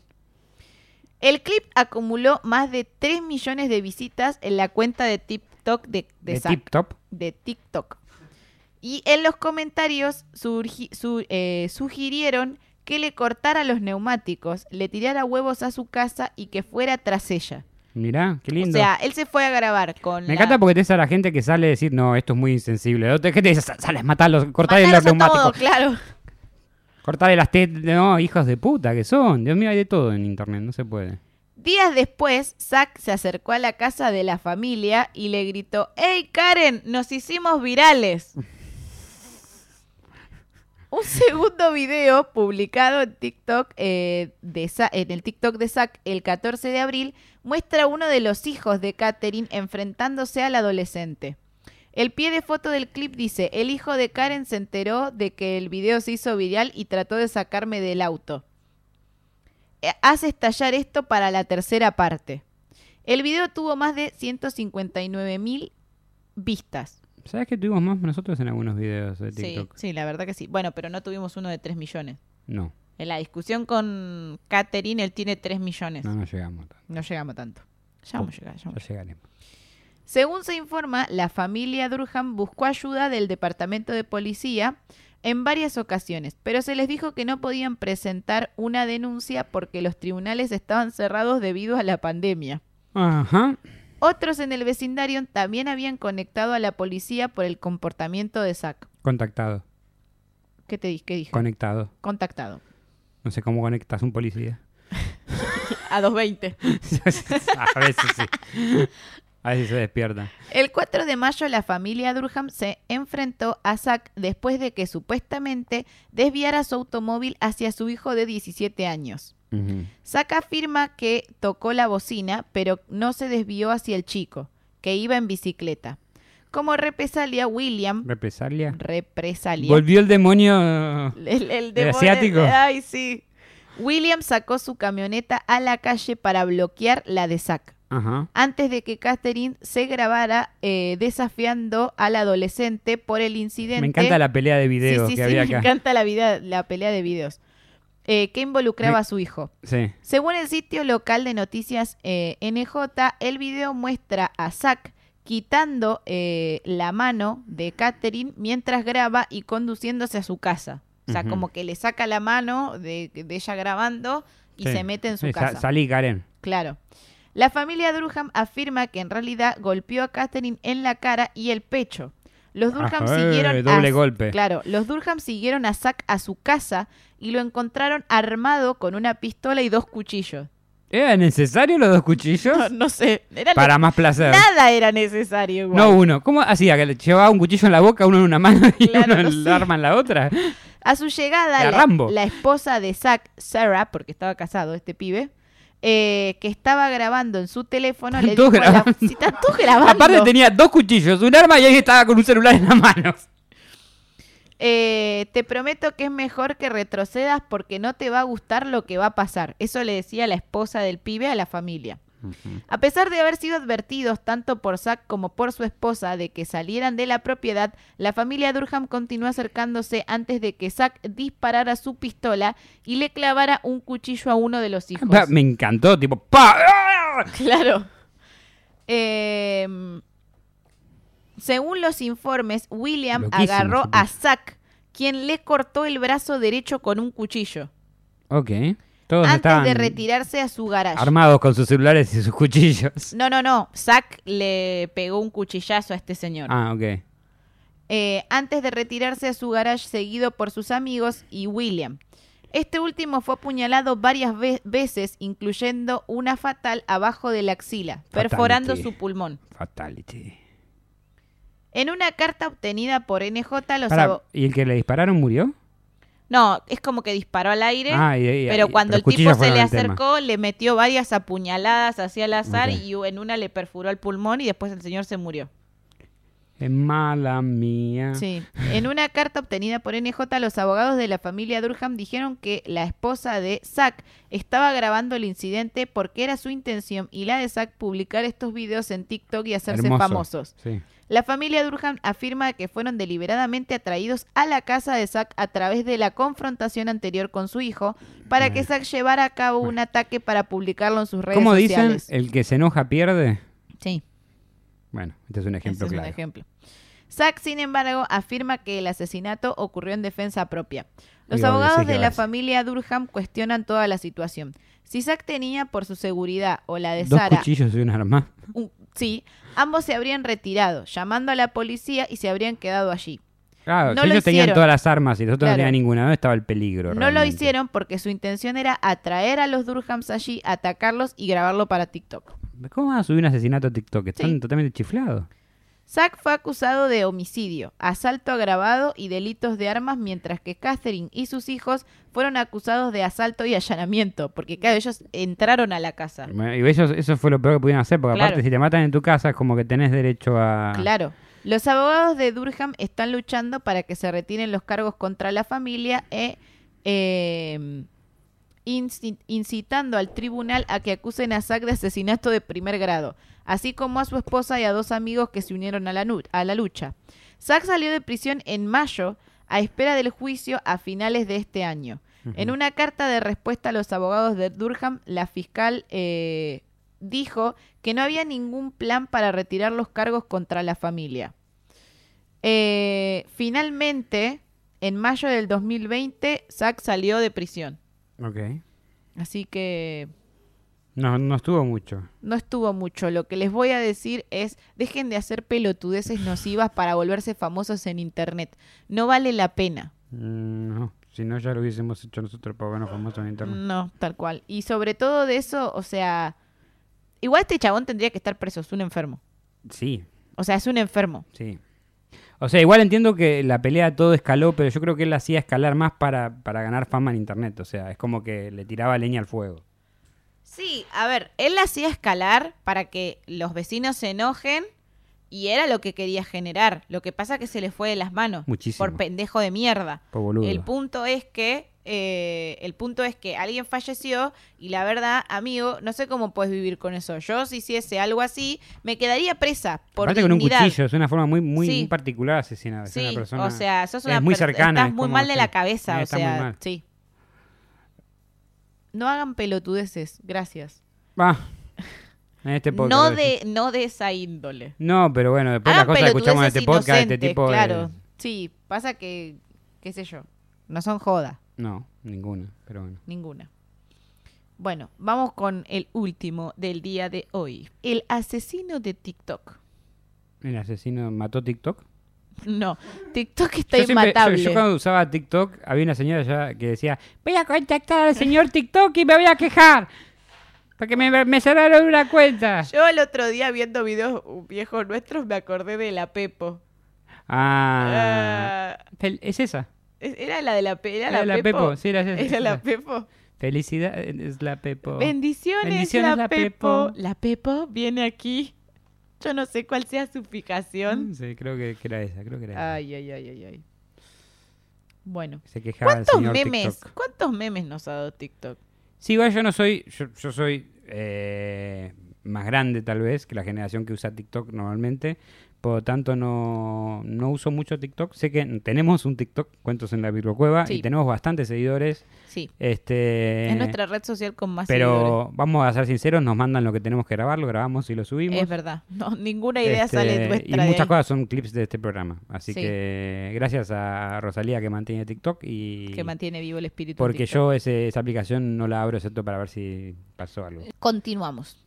B: El clip acumuló más de 3 millones de visitas en la cuenta de TikTok de, de,
C: de
B: Zac
C: Tip Top.
B: de TikTok. Y en los comentarios surgi- su- eh, sugirieron que le cortara los neumáticos, le tirara huevos a su casa y que fuera tras ella.
C: Mirá, qué lindo.
B: O sea, él se fue a grabar con
C: Me
B: la-
C: encanta porque tenés a la gente que sale a decir, no, esto es muy insensible. La otra gente dice, "Sa- sales, matalos, cortale
B: Mataros
C: los
B: a todos,
C: neumáticos,
B: claro.
C: cortale las tetas. No, hijos de puta que son. Dios mío, hay de todo en internet, no se puede.
B: Días después, Zack se acercó a la casa de la familia y le gritó, ¡Hey Karen, nos hicimos virales! Un segundo video publicado en TikTok eh, de Sa- en el TikTok de Zack el 14 de abril muestra a uno de los hijos de Katherine enfrentándose al adolescente. El pie de foto del clip dice, el hijo de Karen se enteró de que el video se hizo viral y trató de sacarme del auto. Eh, Haz estallar esto para la tercera parte. El video tuvo más de 159 mil vistas.
C: ¿Sabes que tuvimos más nosotros en algunos videos de
B: Sí,
C: TikTok?
B: sí, la verdad que sí. Bueno, pero no tuvimos uno de 3 millones.
C: No,
B: En la discusión con Katherine, él tiene 3 millones.
C: no,
B: No,
C: no llegamos. tanto.
B: llegamos tanto.
C: Oh.
B: Ya vamos a llegar, ya vamos a
C: Ya llegaremos.
B: Según se informa, la familia Durham buscó ayuda del departamento de policía en varias ocasiones, pero se les dijo que no podían presentar una denuncia porque los tribunales estaban cerrados debido a la pandemia.
C: Ajá.
B: Otros en el vecindario también habían conectado a la policía por el comportamiento de Zack.
C: Contactado.
B: ¿Qué te di- qué dije?
C: Conectado.
B: Contactado.
C: No sé cómo conectas un policía.
B: A 220.
C: a veces sí. A veces se despierta.
B: El 4 de mayo la familia Durham se enfrentó a Zack después de que supuestamente desviara su automóvil hacia su hijo de 17 años.
C: Ujú.
B: Zack afirma que tocó la bocina, pero no se desvió hacia el chico, que iba en bicicleta. Como represalia, William...
C: ¿Represalia?
B: Represalia.
C: Volvió el demonio.
B: El, el demonio-
C: asiático.
B: Ay, sí. William sacó su camioneta a la calle para bloquear la de Zack
C: Ajá.
B: antes de que Catherine se grabara eh, desafiando al adolescente por el incidente.
C: Me encanta la pelea de
B: Sí,
C: videos
B: sí,
C: que
B: sí,
C: había
B: me
C: acá.
B: encanta la, vida, la pelea de videos eh, que involucraba
C: Me-
B: a su hijo.
C: Sí.
B: Según el sitio local de noticias eh, NJ, el video muestra a Zack quitando eh, la mano de Catherine mientras graba y conduciéndose a su casa. O sea,
C: Ujú.
B: como que le saca la mano de, de ella grabando y
C: Sí.
B: se mete en su
C: Sí, sa-
B: casa.
C: salí, Karen.
B: Claro. La familia Durham afirma que en realidad golpeó a Catherine en la cara y el pecho. Los Durham
C: Ajá,
B: siguieron
C: Ah, eh, doble
B: a-
C: golpe.
B: Claro, los Durham siguieron a Zack a su casa y lo encontraron armado con una pistola y dos cuchillos.
C: ¿Era necesario los dos cuchillos?
B: No, no sé, era
C: Para más placer.
B: nada era necesario igual.
C: No uno. ¿Cómo hacía? ¿Que le llevaba un cuchillo en la boca, uno en una mano y
B: Claro,
C: uno
B: no
C: el
B: sé.
C: arma en la otra?
B: A su llegada,
C: Era
B: la,
C: Rambo.
B: la esposa de Zack, Sarah, porque estaba casado este pibe, eh, que estaba grabando en su teléfono. Le
C: Están todos
B: dijo a la-
C: grabando.
B: Sí, están todos grabando.
C: Aparte tenía dos cuchillos, un arma y ahí estaba con un celular en las manos.
B: Eh, te prometo que es mejor que retrocedas porque no te va a gustar lo que va a pasar. Eso le decía la esposa del pibe a la familia. A pesar de haber sido advertidos tanto por Zack como por su esposa de que salieran de la propiedad, la familia Durham continuó acercándose antes de que Zack disparara su pistola y le clavara un cuchillo a uno de los hijos.
C: Pa, Me encantó, tipo, ¡pa! ¡Ah!
B: Claro. Em, según los informes, William
C: Loquísimo,
B: agarró
C: supongo.
B: a Zack, quien le cortó el brazo derecho con un cuchillo,
C: Ok. Todos
B: antes
C: estaban
B: de retirarse a su garaje.
C: armados con sus celulares y sus cuchillos.
B: no, no, no. Zack le pegó un cuchillazo a este señor.
C: Ah, ok.
B: Eh, antes de retirarse a su garage seguido por sus amigos y William. Este último fue apuñalado varias ve- veces, incluyendo una fatal abajo de la axila, perforando
C: Fatality.
B: su pulmón.
C: Fatality.
B: En una carta obtenida por NJ, los
C: Pará,
B: abo-
C: ¿Y el que le dispararon murió?
B: No, es como que disparó al aire,
C: Ah, y- y-
B: pero
C: y-
B: cuando
C: pero
B: el tipo
C: cuchillos
B: se le
C: fueron el tema.
B: acercó, le metió varias apuñaladas hacia el azar
C: Ok.
B: y en una le perforó el pulmón y después el señor se murió.
C: Es mala mía.
B: Sí. En una carta obtenida por NJ, los abogados de la familia Durham dijeron que la esposa de Zack estaba grabando el incidente porque era su intención y la de Zack publicar estos videos en TikTok y hacerse
C: Hermoso.
B: famosos.
C: Sí.
B: La familia Durham afirma que fueron deliberadamente atraídos a la casa de Zack a través de la confrontación anterior con su hijo para que Zack llevara a cabo un ataque para publicarlo en sus redes
C: ¿Cómo dicen?
B: sociales.
C: El que se enoja pierde.
B: Sí,
C: Bueno, este es un
B: ese
C: ejemplo
B: es un
C: claro.
B: ejemplo. Zack, sin embargo, afirma que el asesinato ocurrió en defensa propia. Los
C: Y obvio,
B: abogados
C: sí que
B: de
C: va a
B: la
C: decir.
B: familia Durham cuestionan toda la situación. Si Zack tenía por su seguridad o la de
C: Dos
B: Sara
C: cuchillos y un arma.
B: un- sí, ambos se habrían retirado, llamando a la policía y se habrían quedado allí.
C: Claro,
B: No
C: si
B: lo
C: ellos tenían
B: hicieron.
C: todas las armas y nosotros no
B: Claro.
C: teníamos ninguna, no estaba el peligro.
B: No lo
C: realmente.
B: hicieron porque su intención era atraer a los Durhams allí, atacarlos y grabarlo para TikTok.
C: ¿Cómo van a subir un asesinato a TikTok? Están
B: Sí.
C: totalmente chiflados.
B: Zack fue acusado de homicidio, asalto agravado y delitos de armas, mientras que Catherine y sus hijos fueron acusados de asalto y allanamiento, porque claro, ellos entraron a la casa.
C: Bueno, Y ellos, eso fue lo peor que pudieron hacer, porque
B: Claro.
C: aparte si te matan en tu casa es como que tenés derecho a...
B: Claro. Los abogados de Durham están luchando para que se retiren los cargos contra la familia e eh, inci- incitando al tribunal a que acusen a Zack de asesinato de primer grado, así como a su esposa y a dos amigos que se unieron a la, nu- a la lucha. Zack salió de prisión en mayo a espera del juicio a finales de este año. En una carta de respuesta a los abogados de Durham, la fiscal eh, dijo que no había ningún plan para retirar los cargos contra la familia. Eh, finalmente, en mayo del 2020, Zack salió de prisión.
C: Ok.
B: Así que
C: No, no estuvo mucho.
B: no estuvo mucho. Lo que les voy a decir es, dejen de hacer pelotudeces nocivas para volverse famosos en Internet. No vale la pena.
C: Mm, No, si no ya lo hubiésemos hecho nosotros para vernos famosos en internet.
B: No, tal cual. Y sobre todo de eso, o sea, igual este chabón tendría que estar preso, es un enfermo.
C: Sí,
B: O sea, es un enfermo.
C: sí. O sea, igual entiendo que la pelea todo escaló, pero yo creo que él hacía escalar más para, para ganar fama en internet. O sea, es como que le tiraba leña al fuego.
B: Sí, a ver, él la hacía escalar para que los vecinos se enojen y era lo que quería generar. Lo que pasa que se le fue de las manos
C: Muchísimo.
B: por pendejo de mierda.
C: Por boludo.
B: El punto es que eh, el punto es que alguien falleció y la verdad, amigo, no sé cómo puedes vivir con eso. Yo si hiciese algo así, me quedaría presa por
C: Aparte con un
B: dignidad.
C: cuchillo, es una forma muy, muy
B: Sí.
C: particular de asesinar. Es
B: Sí,
C: una persona...
B: o sea, sos
C: es
B: una
C: muy
B: per-
C: cercana,
B: estás
C: es
B: muy
C: como-
B: mal de la
C: sí.
B: cabeza,
C: Sí,
B: o
C: está muy
B: sea,
C: mal.
B: sí. No hagan pelotudeces, gracias.
C: Va. En este podcast.
B: No
C: lo
B: de, Ah, no de esa índole.
C: No, pero bueno, después las
B: Hagan
C: cosas que escuchamos en
B: pelotudeces
C: este podcast, este
B: inocentes,
C: tipo de-
B: claro. Sí, pasa que, qué sé yo, no son joda,
C: No, ninguna, pero bueno.
B: ninguna. Bueno, vamos con el último del día de hoy. El asesino de TikTok.
C: ¿El asesino mató TikTok?
B: No, TikTok está
C: yo, siempre-
B: inmatable.
C: yo- yo cuando usaba TikTok, había una señora ya que decía, voy a contactar al señor TikTok y me voy a quejar. Porque me, me cerraron una cuenta.
B: Yo el otro día viendo videos viejos nuestros me acordé de la Pepo.
C: Ah.
B: Ah,
C: Fel- Es esa.
B: es- era la de la, Pe- era
C: Era
B: la
C: la
B: Pepo.
C: Pepo, sí, Ah. era esa-
B: Era la
C: esa.
B: Pepo.
C: Felicidad es la Pepo.
B: Bendiciones,
C: Bendiciones,
B: la,
C: la
B: Pepo.
C: Pepo.
B: La Pepo viene aquí. Yo no sé cuál sea su fijación.
C: Sí, creo que, que era esa, creo que era esa.
B: Ay, ay, ay, ay, ay. Bueno.
C: Se quejaba el
B: ¿Cuántos
C: señor
B: memes?
C: TikTok.
B: ¿Cuántos memes nos ha dado TikTok?
C: Sí, igual yo no soy, yo, yo soy eh, más grande tal vez que la generación que usa TikTok normalmente. Por lo tanto, no, no uso mucho TikTok. Sé que tenemos un TikTok, Cuentos en la Virgocueva,
B: Sí.
C: y tenemos bastantes seguidores.
B: Sí.
C: Este,
B: es nuestra red social con más
C: pero
B: seguidores.
C: vamos a ser sinceros, nos mandan lo que tenemos que grabar, lo grabamos y lo subimos.
B: Es verdad. No, ninguna idea
C: Este,
B: sale nuestra
C: Y
B: de
C: muchas
B: ahí.
C: cosas son clips de este programa. Así
B: Sí.
C: que gracias a Rosalía que mantiene TikTok y...
B: que mantiene vivo el espíritu. de
C: porque
B: TikTok.
C: yo ese- esa aplicación no la abro excepto para ver si pasó algo.
B: Continuamos.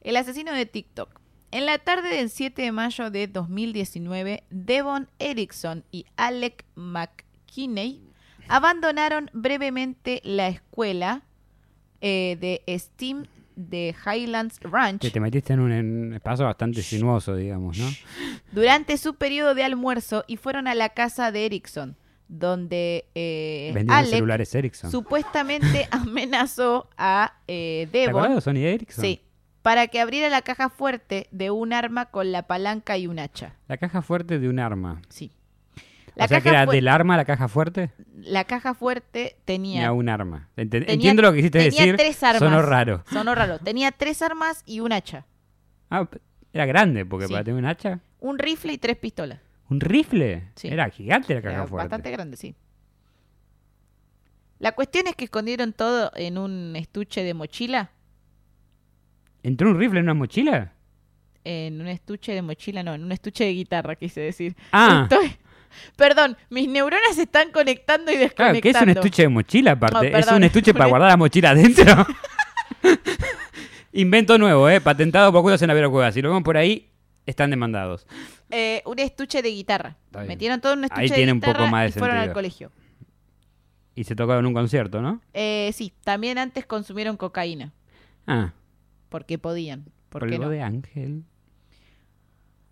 B: El asesino de TikTok. En la tarde del 7 de mayo de 2019, Devon Erickson y Alec McKinney abandonaron brevemente la escuela eh, de STEAM de Highlands Ranch
C: Que te metiste en un, en- espacio bastante sinuoso, digamos, ¿no?
B: durante su periodo de almuerzo y fueron a la casa de Erickson, donde eh,
C: Vendiendo
B: Alec
C: celulares Ericsson.
B: supuestamente amenazó a eh,
C: ¿Te
B: Devon
C: acordás de Sony Ericsson?
B: Sí, para que abriera la caja fuerte de un arma con la palanca y un hacha.
C: La caja fuerte de un arma.
B: Sí.
C: o sea, que era
B: fu-
C: del arma a la caja fuerte
B: la caja fuerte
C: y
B: tenía...
C: a un arma. Ente-
B: tenía-
C: Entiendo lo que quisiste
B: tenía
C: decir.
B: tres armas.
C: Sonó raro.
B: Sonó raro. Tenía tres armas y un hacha.
C: Ah, p- era grande, porque
B: Sí.
C: para tener un hacha.
B: Un rifle y tres pistolas.
C: ¿Un rifle?
B: Sí.
C: Era gigante la caja
B: Era
C: fuerte.
B: bastante grande, sí. La cuestión es que escondieron todo en un estuche de mochila.
C: ¿Entró un rifle en una mochila?
B: En un estuche de mochila, no, en un estuche de guitarra, quise decir.
C: Ah,
B: Estoy- Perdón, mis neuronas se están conectando y
C: claro,
B: desconectando.
C: que es un estuche de mochila
B: No,
C: aparte. es
B: perdón.
C: un estuche para guardar la mochila adentro. Invento nuevo, ¿eh? Patentado por cuidados en la Vera Cueva. Si lo vemos por ahí, están demandados.
B: eh, un estuche de guitarra.
C: Está bien.
B: Metieron todo en un estuche
C: Ahí
B: de
C: tiene un
B: guitarra
C: poco más de
B: y fueron al
C: sentido.
B: colegio.
C: Y se tocaron en un concierto, ¿no?
B: Eh, sí, también antes consumieron cocaína,
C: Ah,
B: porque podían. ¿Por qué
C: polvo
B: no?
C: de ángel.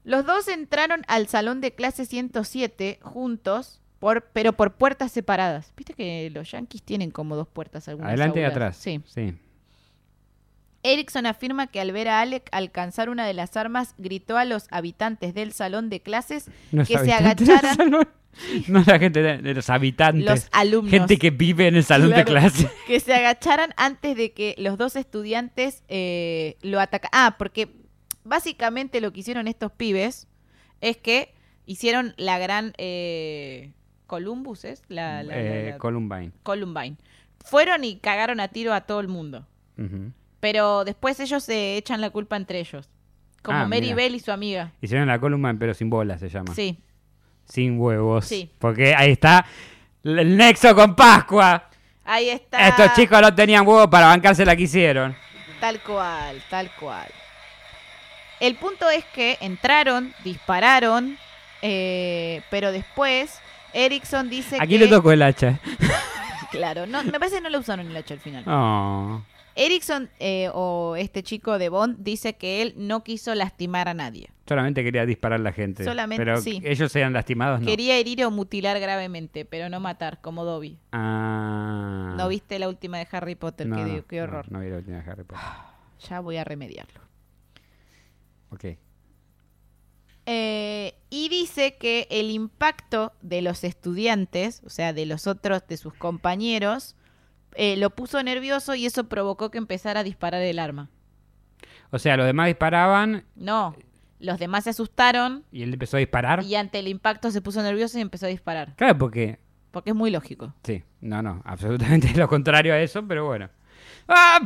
B: Los dos entraron al salón de clase 107 juntos, por, pero por puertas separadas. Viste que los yanquis tienen como dos puertas algunas
C: Adelante y
B: aulas.
C: atrás.
B: Sí.
C: sí.
B: Erickson afirma que al ver a Alec alcanzar una de las armas, gritó a los habitantes del salón de clases,
C: Los
B: Que se
C: habitantes del
B: agacharan.
C: salón. No la gente, de los habitantes.
B: los alumnos.
C: gente que vive en el salón de
B: Claro.
C: clase.
B: que se agacharan antes de que los dos estudiantes eh, lo atacaran. Ah, porque básicamente lo que hicieron estos pibes es que hicieron la gran eh, Columbus, ¿es? La, la- la-
C: Eh,
B: la-
C: Columbine.
B: Columbine. Fueron y cagaron a tiro a todo el mundo.
C: Ujú.
B: Pero después ellos se echan la culpa entre ellos. Como
C: Ah,
B: Mary
C: mira.
B: Bell y su amiga.
C: Hicieron la Columbine, pero sin bolas se llama.
B: Sí.
C: Sin huevos.
B: Sí.
C: Porque ahí está el nexo con Pascua.
B: Ahí está.
C: Estos chicos no tenían huevos para bancarse la que hicieron.
B: Tal cual, tal cual. El punto es que entraron, dispararon, eh, pero después Erickson dice
C: Aquí
B: que...
C: le tocó el hacha.
B: Claro, no, me parece que no lo usaron el hacha al final.
C: Oh.
B: Erickson eh, o este chico de Bond dice que él no quiso lastimar a nadie.
C: Solamente quería disparar a la gente.
B: Solamente,
C: pero
B: sí.
C: ellos sean lastimados, Ah, no.
B: Quería herir o mutilar gravemente, pero no matar, como Dobby.
C: Ah.
B: ¿No viste la última de Harry Potter?
C: No,
B: que
C: no,
B: digo, qué
C: no,
B: horror.
C: No, vi la última de Harry Potter.
B: Ya voy a remediarlo.
C: Ok.
B: Eh, y dice que el impacto de los estudiantes, o sea, de los otros, de sus compañeros, eh, lo puso nervioso y eso provocó que empezara a disparar el arma.
C: O sea, los demás disparaban
B: No, los demás se asustaron
C: y él empezó a disparar.
B: y ante el impacto se puso nervioso y empezó a disparar.
C: Claro, porque.
B: Porque es muy lógico.
C: Sí, no, no, absolutamente lo contrario a eso, pero bueno. ¡Ah!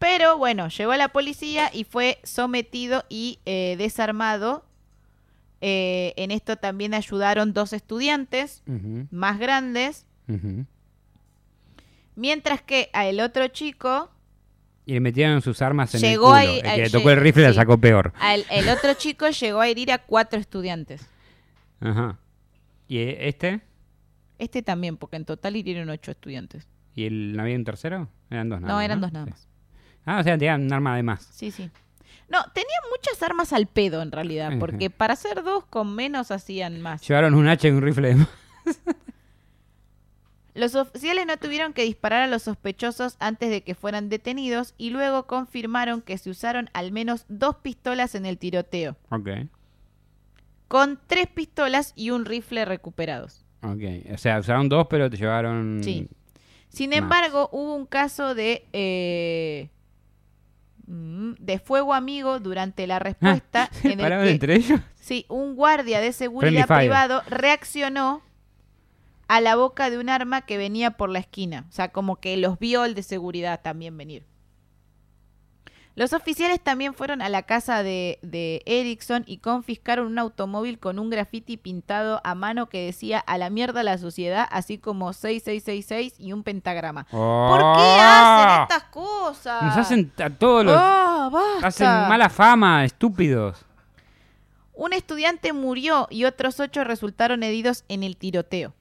B: Pero bueno, llegó la policía y fue sometido y eh, desarmado. Eh, en esto también ayudaron dos estudiantes
C: Ujú,
B: más grandes,
C: ujú.
B: mientras que a el otro chico
C: Y le metieron sus armas en
B: Llegó
C: el culo.
B: ahí-
C: el que
B: ahí
C: le tocó el
B: lleg-
C: rifle la
B: sí.
C: sacó peor.
B: Al- el otro chico llegó a herir a cuatro estudiantes.
C: Ajá. ¿Y e- este?
B: Este también, porque en total hirieron ocho estudiantes.
C: ¿Y el, no había un tercero? Eran dos
B: No,
C: nada más.
B: eran dos nada
C: Sí.
B: más.
C: Ah, o sea, tenían un arma de más.
B: Sí, sí. No, tenían muchas armas al pedo en realidad,
C: Ujú.
B: porque para hacer dos con menos hacían más.
C: Llevaron un hacha y un rifle de más.
B: Los oficiales no tuvieron que disparar a los sospechosos antes de que fueran detenidos y luego confirmaron que se usaron al menos dos pistolas en el tiroteo,
C: Ok,
B: con tres pistolas y un rifle recuperados.
C: ok. O sea, usaron dos, pero te llevaron...
B: Sí. Sin
C: Más.
B: embargo, hubo un caso de eh, mm, de fuego amigo durante la respuesta
C: ¿Se
B: en
C: pararon
B: el que,
C: entre ellos?
B: sí, un guardia de
C: Friendly
B: seguridad
C: fire.
B: privado reaccionó a la boca de un arma que venía por la esquina, o sea, como que los vio el de seguridad también venir. Los oficiales también fueron a la casa de, de Erickson y confiscaron un automóvil con un graffiti pintado a mano que decía a la mierda la sociedad, así como 6666 y un pentagrama. ¿Por qué hacen estas cosas?
C: ¡Oh! Ah. Nos hacen a todos los...
B: Ah, basta.
C: Hacen mala fama, estúpidos.
B: Un estudiante murió y otros ocho resultaron heridos en el tiroteo.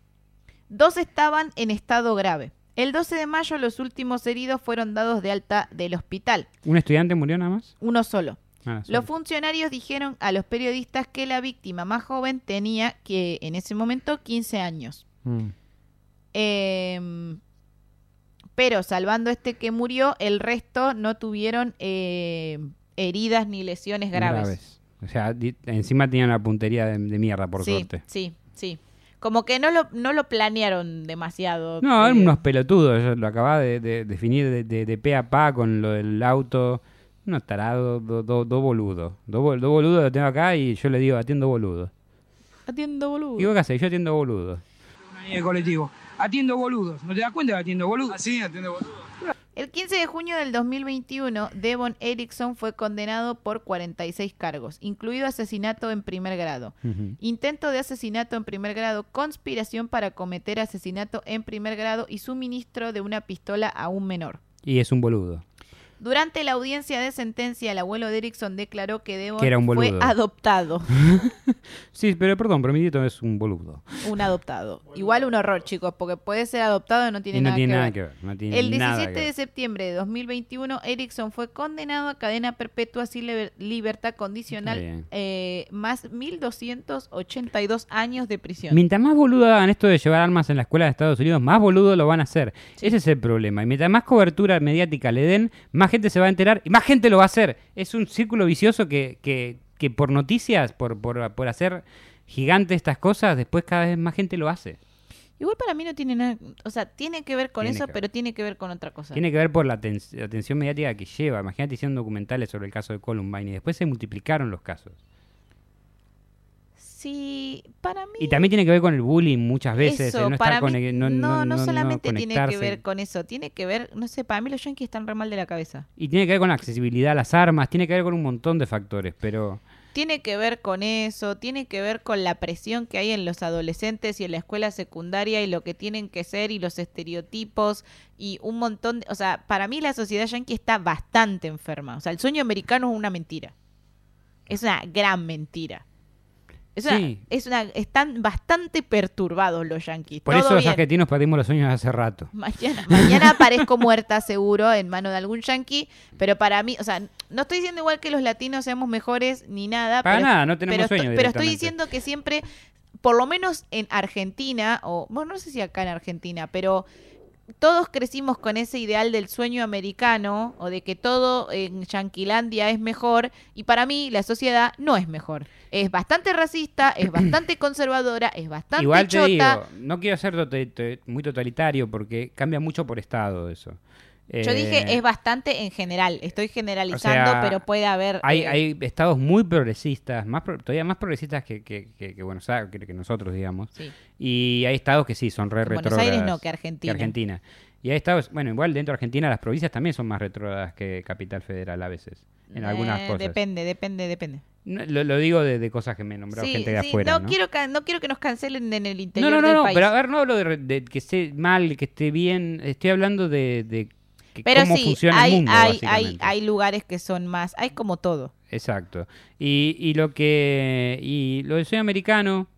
B: Dos estaban en estado grave. El 12 de mayo los últimos heridos fueron dados de alta del hospital,
C: ¿Un estudiante murió nada más?
B: uno solo.
C: Ah,
B: Los
C: sorry.
B: funcionarios dijeron a los periodistas que la víctima más joven tenía que en ese momento 15 años.
C: Mm.
B: Em, pero salvando este que murió, el resto no tuvieron em, heridas ni lesiones graves.
C: O sea, di- encima tenían una puntería de, de mierda, por
B: sí,
C: suerte.
B: Sí, sí. Como que no lo, no lo planearon demasiado.
C: No,
B: Eh,
C: eran unos pelotudos, yo lo acababa de, de definir de, de, de pe a pa con lo del auto. Unos tarados, dos do, do boludos. Dos bol- dos boludos lo tengo acá y yo le digo, atiendo boludo.
B: Atiendo, boludo.
C: ¿Y vos qué hacés? Yo atiendo boludo.
E: en el colectivo. Atiendo boludos. ¿No te das cuenta que Ah, atiendo boludos?
D: Así, atiende boludo.
B: El 15 de junio del 2021, Devon Erickson fue condenado por 46 cargos, incluido asesinato en primer grado,
C: Ujú.
B: intento de asesinato en primer grado, conspiración para cometer asesinato en primer grado y suministro de una pistola a un menor.
C: Y es un boludo.
B: Durante la audiencia de sentencia, el abuelo de Erickson declaró que Devon
C: Que era un
B: fue
C: boludo.
B: adoptado.
C: Sí, pero perdón, pero mi nieto es un boludo.
B: Un adoptado. Igual un horror, chicos, porque puede ser adoptado y no tiene,
C: y no
B: nada,
C: tiene
B: que
C: nada
B: ver.
C: que ver. No tiene
B: El
C: nada
B: 17
C: que
B: de
C: ver.
B: septiembre de 2021, Erickson fue condenado a cadena perpetua sin liber- libertad
C: Está
B: condicional,
C: bien.
B: eh, más 1.282 años de prisión.
C: Mientras más boludo hagan esto de llevar armas en la escuela de Estados Unidos, más boludo lo van a hacer. Ese es el problema. Y mientras más cobertura mediática le den, más gente se va a enterar y más gente lo va a hacer. Es un círculo vicioso que, que, que por noticias, por, por, por hacer gigante estas cosas, después cada vez más gente lo hace.
B: Igual para mí no tiene nada, o sea, tiene que ver con
C: Tiene
B: eso,
C: que ver.
B: pero tiene que ver con otra cosa.
C: Tiene que ver por la aten- la atención mediática que lleva. Imagínate hicieron documentales sobre el caso de Columbine y después se multiplicaron los casos.
B: Sí, para mí...
C: Y también tiene que ver con el bullying muchas veces.
B: eso,
C: el no estar
B: para mí,
C: conec-
B: no, no, solamente tiene que
C: conectarse.
B: ver con eso, tiene que ver, no sé, para mí los yankees están re mal de la cabeza.
C: Y tiene que ver con la accesibilidad a las armas, tiene que ver con un montón de factores, pero...
B: Tiene que ver con eso, tiene que ver con la presión que hay en los adolescentes y en la escuela secundaria y lo que tienen que ser y los estereotipos y un montón de... O sea, para mí la sociedad yankee está bastante enferma. O sea, el sueño americano es una mentira. Es una gran mentira. Es una,
C: Sí.
B: es una- están bastante perturbados los yanquis.
C: Por
B: Todo
C: eso los
B: bien.
C: argentinos perdimos los sueños hace rato.
B: Mañana, mañana aparezco muerta seguro en mano de algún yanqui, pero para mí, o sea, no estoy diciendo igual que los latinos seamos mejores ni nada.
C: Para
B: pero,
C: nada, no tenemos
B: pero,
C: sueño
B: estoy- pero estoy
C: directamente.
B: diciendo que siempre, por lo menos en Argentina, o bueno, no sé si acá en Argentina, pero todos crecimos con ese ideal del sueño americano o de que todo en Yanquilandia es mejor y para mí la sociedad no es mejor. Es bastante racista, es bastante conservadora, es bastante
C: Igual te
B: chota.
C: digo, no quiero ser tota- to- muy totalitario porque cambia mucho por estado eso.
B: Yo
C: Eh,
B: dije es bastante en general, estoy generalizando,
C: o sea,
B: pero puede haber...
C: Hay,
B: eh,
C: hay estados muy progresistas, más pro- todavía más progresistas que, que, que- que Buenos Aires, que- que nosotros, digamos.
B: sí.
C: Y hay estados que sí, son re
B: Que Buenos
C: retrógradas.
B: Aires no, que Argentina.
C: Argentina. Y hay estados, bueno, igual dentro de Argentina las provincias también son más retrógradas que Capital Federal a veces, en algunas
B: Eh,
C: cosas.
B: Depende, depende, depende.
C: No, lo, lo digo de, de cosas que me nombró
B: Sí,
C: gente de
B: sí,
C: afuera.
B: no,
C: No,
B: Quiero, ca- no quiero que nos cancelen en el
C: no,
B: interior
C: no, no,
B: del
C: no,
B: país.
C: pero a ver, no hablo de, re- de que esté mal, que esté bien, estoy hablando de, de que-
B: Pero
C: cómo
B: sí,
C: funciona
B: hay,
C: el mundo.
B: hay, hay,
C: básicamente.
B: hay lugares que son más, hay como todo.
C: Exacto. Y, y lo que. Y lo del sueño americano.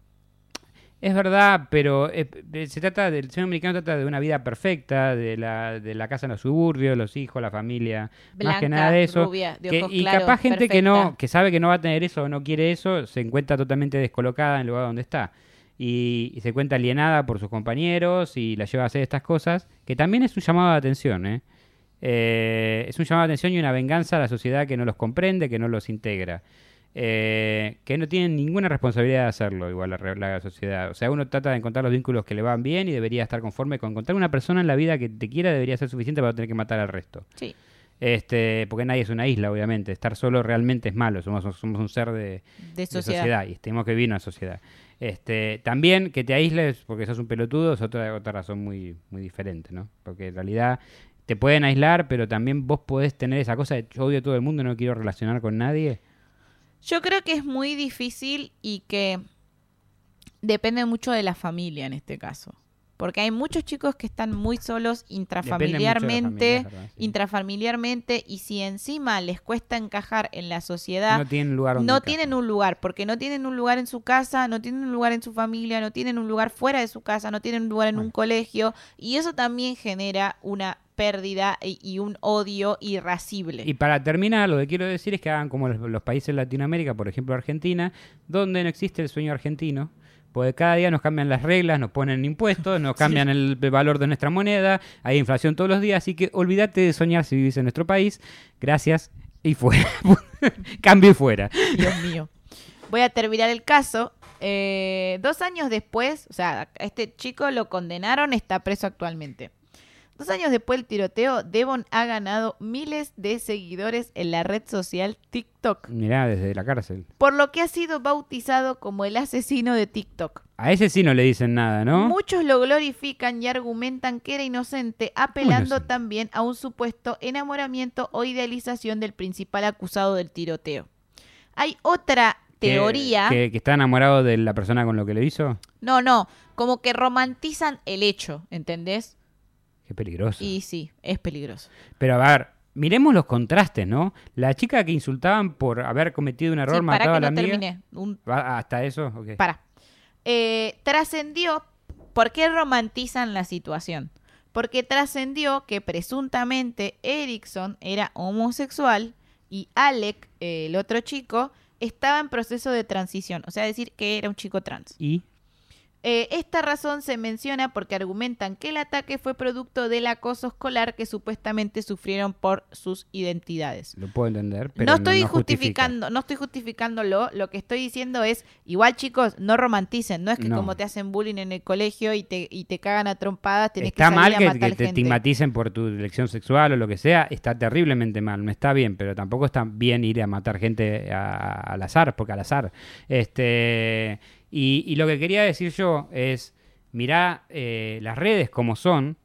C: Es verdad, pero eh, eh, se trata del sueño americano trata de una vida perfecta, de la, de la casa en los suburbios, los hijos, la familia, más que
B: Blanca,
C: nada de eso.
B: rubia, de
C: Que-
B: ojos
C: y
B: claros,
C: capaz gente que no
B: perfecta.
C: que sabe que no va a tener eso o no quiere eso, se encuentra totalmente descolocada en el lugar donde está. y, y se cuenta alienada por sus compañeros y la lleva a hacer estas cosas, que también es un llamado de atención, ¿eh? Eh, es un llamado de atención y una venganza a la sociedad que no los comprende, que no los integra. Eh, que no tienen ninguna responsabilidad de hacerlo, igual la, re- la sociedad. O sea, uno trata de encontrar los vínculos que le van bien y debería estar conforme con encontrar una persona en la vida que te quiera debería ser suficiente para no tener que matar al resto.
B: Sí.
C: Este, porque nadie es una isla, obviamente. Estar solo realmente es malo. Somos, somos un ser de,
B: De
C: de
B: sociedad.
C: y tenemos que vivir en una sociedad. Este, también que te aísles porque sos un pelotudo es otra, otra razón muy, muy diferente, ¿no? Porque en realidad te pueden aislar, pero también vos podés tener esa cosa de yo odio a todo el mundo, no quiero relacionar con nadie.
B: Yo creo que es muy difícil y que depende mucho de la familia en este caso. Porque hay muchos chicos que están muy solos intrafamiliarmente,
C: familia, ¿verdad? Sí.
B: intrafamiliarmente, y si encima les cuesta encajar en la sociedad,
C: No tienen lugar donde
B: no
C: encajar.
B: tienen un lugar, porque no tienen un lugar en su casa, no tienen un lugar en su familia, no tienen un lugar fuera de su casa, no tienen un lugar en un colegio, y eso también genera una pérdida e, y, y un odio irascible.
C: Y para terminar, lo que quiero decir es que hagan como los, los países de Latinoamérica, por ejemplo Argentina, donde no existe el sueño argentino, porque cada día nos cambian las reglas, nos ponen impuestos, nos cambian el, el valor de nuestra moneda, hay inflación todos los días, así que olvídate de soñar si vivís en nuestro país. Gracias y fuera. Cambio y fuera.
B: Dios mío. Voy a terminar el caso. Eh, dos años después, o sea, a este chico lo condenaron, está preso actualmente. Dos años después del tiroteo, Devon ha ganado miles de seguidores en la red social TikTok,
C: Mirá, desde la cárcel.
B: por lo que ha sido bautizado como el asesino de TikTok.
C: A ese sí no le dicen nada, ¿no?
B: Muchos lo glorifican y argumentan que era inocente, apelando
C: inocente.
B: también a un supuesto enamoramiento o idealización del principal acusado del tiroteo. Hay otra
C: Que-
B: teoría.
C: Que, que está enamorado de la persona con lo que lo hizo.
B: No, no, como que romantizan el hecho, ¿entendés?
C: Qué peligroso.
B: Y sí, es peligroso.
C: Pero a ver, miremos los contrastes, ¿no? La chica que insultaban por haber cometido un error,
B: Sí,
C: mataba a
B: para que
C: la
B: no
C: amiga.
B: termine. Un,
C: Va- Hasta eso, ok.
B: para. Eh, trascendió, ¿por qué romantizan la situación? Porque trascendió que presuntamente Erickson era homosexual y Alec, eh, el otro chico, estaba en proceso de transición, o sea, decir que era un chico trans.
C: Y
B: Eh, esta razón se menciona porque argumentan que el ataque fue producto del acoso escolar que supuestamente sufrieron por sus identidades.
C: lo puedo entender, pero
B: no estoy
C: justifica.
B: justificando, no estoy justificándolo, lo que estoy diciendo es, igual chicos, no romanticen, no es que
C: No.
B: como te hacen bullying en el colegio y te, y te cagan a trompadas, tenés
C: Está
B: que salir
C: mal
B: a
C: que,
B: matar
C: que te
B: gente.
C: estigmaticen por tu elección sexual o lo que sea, está terriblemente mal, no está bien, pero tampoco está bien ir a matar gente a- al azar, porque al azar. Este, y, y lo que quería decir yo es, mirá eh, las redes como son,